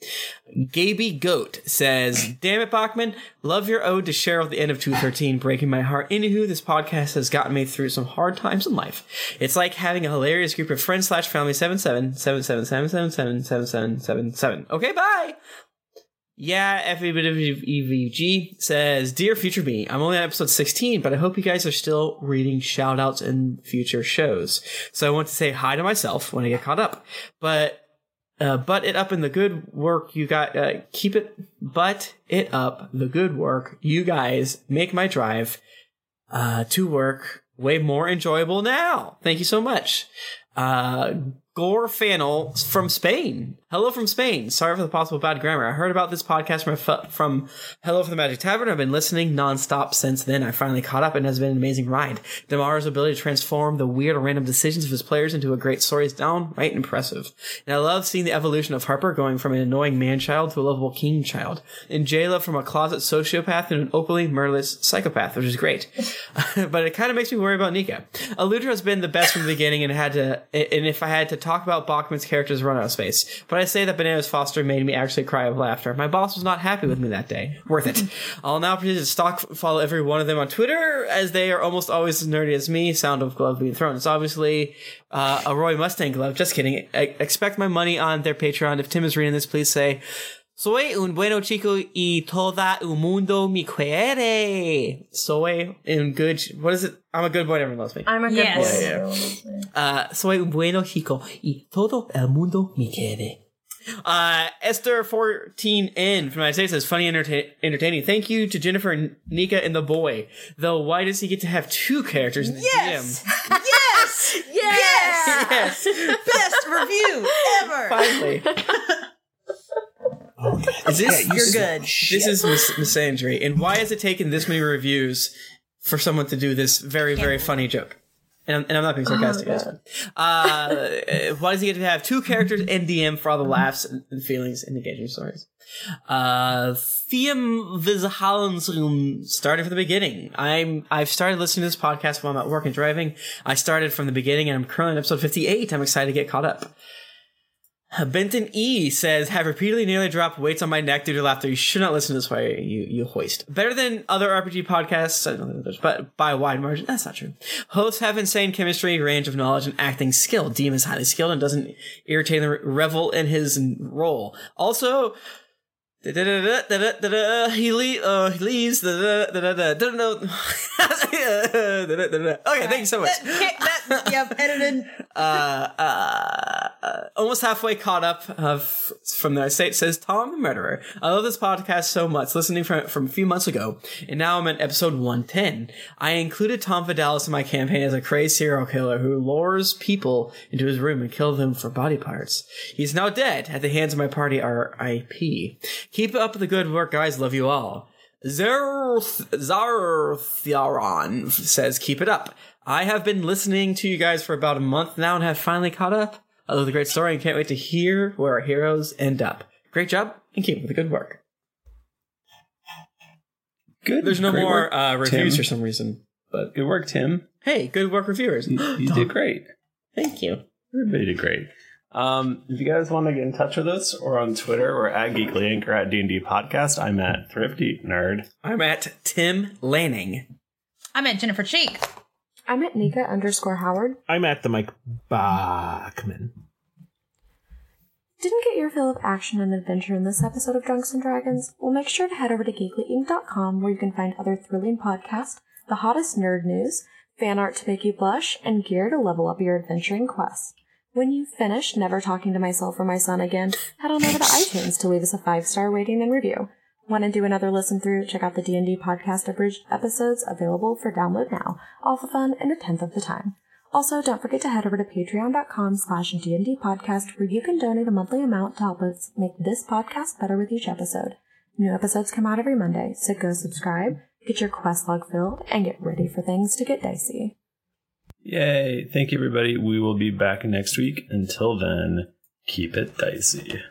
[SPEAKER 4] Gaby Goat says, "Damn it, Bachman! Love your ode to Cheryl at the end of 213, breaking my heart. Anywho, this podcast has gotten me through some hard times in life. It's like having a hilarious group of friends slash family. Seven seven seven seven seven seven seven seven seven seven seven. Okay, bye." Yeah, E FABWEVG says, Dear future me, I'm only on episode 16, but I hope you guys are still reading shoutouts in future shows. So I want to say hi to myself when I get caught up. But, uh, butt it up in the good work you got, uh, keep it, butt it up the good work you guys make my drive, uh, to work way more enjoyable now. Thank you so much. Uh, Gore Fanel from Spain. Hello from Spain. Sorry for the possible bad grammar. I heard about this podcast from, a fu- from Hello from the Magic Tavern. I've been listening nonstop since then. I finally caught up and it has been an amazing ride. Damaro's ability to transform the weird or random decisions of his players into a great story is downright impressive. And I love seeing the evolution of Harper going from an annoying man child to a lovable king child. And Jayla from a closet sociopath to an openly murderous psychopath, which is great. but it kind of makes me worry about Nika. Aludra has been the best from the beginning and had to, and if I had to talk about Bachman's characters run out of space, but I say that Bananas Foster made me actually cry of laughter. My boss was not happy with me that day. Worth it. I'll now proceed to stalk follow every one of them on Twitter as they are almost always as nerdy as me. Sound of glove being thrown. It's obviously uh, E-, a Roy Mustang glove. Just kidding. I expect my money on their Patreon. If Tim is reading this, please say, Soy un bueno chico y toda un mundo me quiere. Soy un good. What is it? I'm a good boy. Everyone loves me.
[SPEAKER 5] I'm a good
[SPEAKER 4] Yeah,
[SPEAKER 5] boy.
[SPEAKER 4] yeah, yeah. Uh, soy un bueno chico y todo el mundo me quiere. Uh, Esther 14N from United States says, funny and enterta- entertaining. Thank you to Jennifer, N- Nika, and the boy. Though, why does he get to have two characters in the
[SPEAKER 3] Yes! yes! Yes! Best review ever!
[SPEAKER 4] Finally. DM? Is this,
[SPEAKER 3] Yeah, you You're said good.
[SPEAKER 4] This is mis- misandry. And why has it taken this many reviews for someone to do this very, very funny joke? And I'm, and I'm not being sarcastic.
[SPEAKER 9] Oh,
[SPEAKER 4] that's fine. uh, uh, why does he get to have two characters and DM for all the laughs and and feelings and engaging stories? Uh, Fiam Vishalensum started from the beginning. I'm I've started listening to this podcast while I'm at work and driving. I started from the beginning and I'm currently on episode 58. I'm excited to get caught up. Uh, Benton E says, have repeatedly nearly dropped weights on my neck due to laughter. You should not listen to this while you, you hoist. Better than other RPG podcasts, I don't know others, but by a wide margin. That's not true. Hosts have insane chemistry, range of knowledge, and acting skill. Deem is highly skilled and doesn't irritate and revel in his role. Also, da-da-da-da-da-da-da-da, he, le- uh, he leaves. da-da-da-da-da-da, da-da-da. Da-da-da-da. Okay, thank you so much
[SPEAKER 3] that, yep, edited.
[SPEAKER 4] uh, uh, uh, almost halfway caught up uh, f- from the state says Tom the Murderer. I love this podcast so much. Listening from from a few months ago, and now I'm at episode 110. I included Tom Vidalis in my campaign as a crazed serial killer who lures people into his room and kills them for body parts. He's now dead at the hands of my party R.I.P. Keep up the good work, guys. Love you all. Zarth- Zartharon says, keep it up. I have been listening to you guys for about a month now and have finally caught up. I love the great story and can't wait to hear where our heroes end up. Great job and keep up the good work.
[SPEAKER 1] Good.
[SPEAKER 4] There's no
[SPEAKER 1] Great
[SPEAKER 4] more
[SPEAKER 1] work,
[SPEAKER 4] uh, reviews
[SPEAKER 1] Tim.
[SPEAKER 4] for some reason. But
[SPEAKER 1] Good work, Tim.
[SPEAKER 4] hey, good work reviewers.
[SPEAKER 1] You, you did great.
[SPEAKER 4] Thank you.
[SPEAKER 1] Everybody did great. Um, if you guys want to get in touch with us, or on Twitter, we're at Geekly Inc. or at D&D Podcast. I'm at Thrifty Nerd.
[SPEAKER 4] I'm at Tim Lanning.
[SPEAKER 3] I'm at Jennifer Cheek.
[SPEAKER 5] I'm at Nika underscore Howard.
[SPEAKER 2] I'm at the Mike Bachman.
[SPEAKER 5] Didn't get your fill of action and adventure in this episode of Drunks and Dragons? Well, make sure to head over to geeklyinc.com where you can find other thrilling podcasts, the hottest nerd news, fan art to make you blush, and gear to level up your adventuring quest. When you finish never talking to myself or my son again, head on over to iTunes to leave us a five-star rating and review. Want to do another listen through? Check out the D&D podcast abridged episodes available for download now. All for fun and a tenth of the time. Also, don't forget to head over to patreon.com slash D&D podcast where you can donate a monthly amount to help us make this podcast better with each episode. New episodes come out every Monday, so go subscribe, get your quest log filled, and get ready for things to get dicey.
[SPEAKER 1] Yay. Thank you, everybody. We will be back next week. Until then, keep it dicey.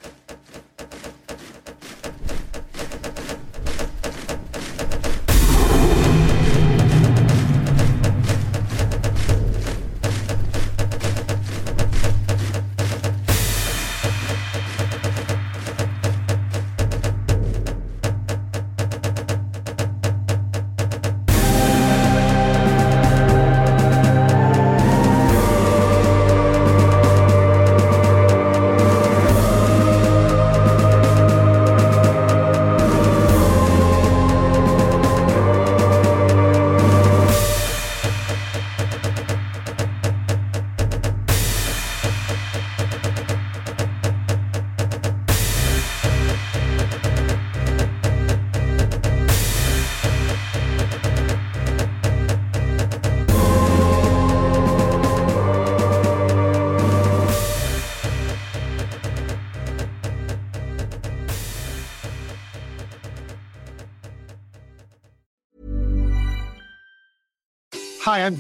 [SPEAKER 11] Hi, I'm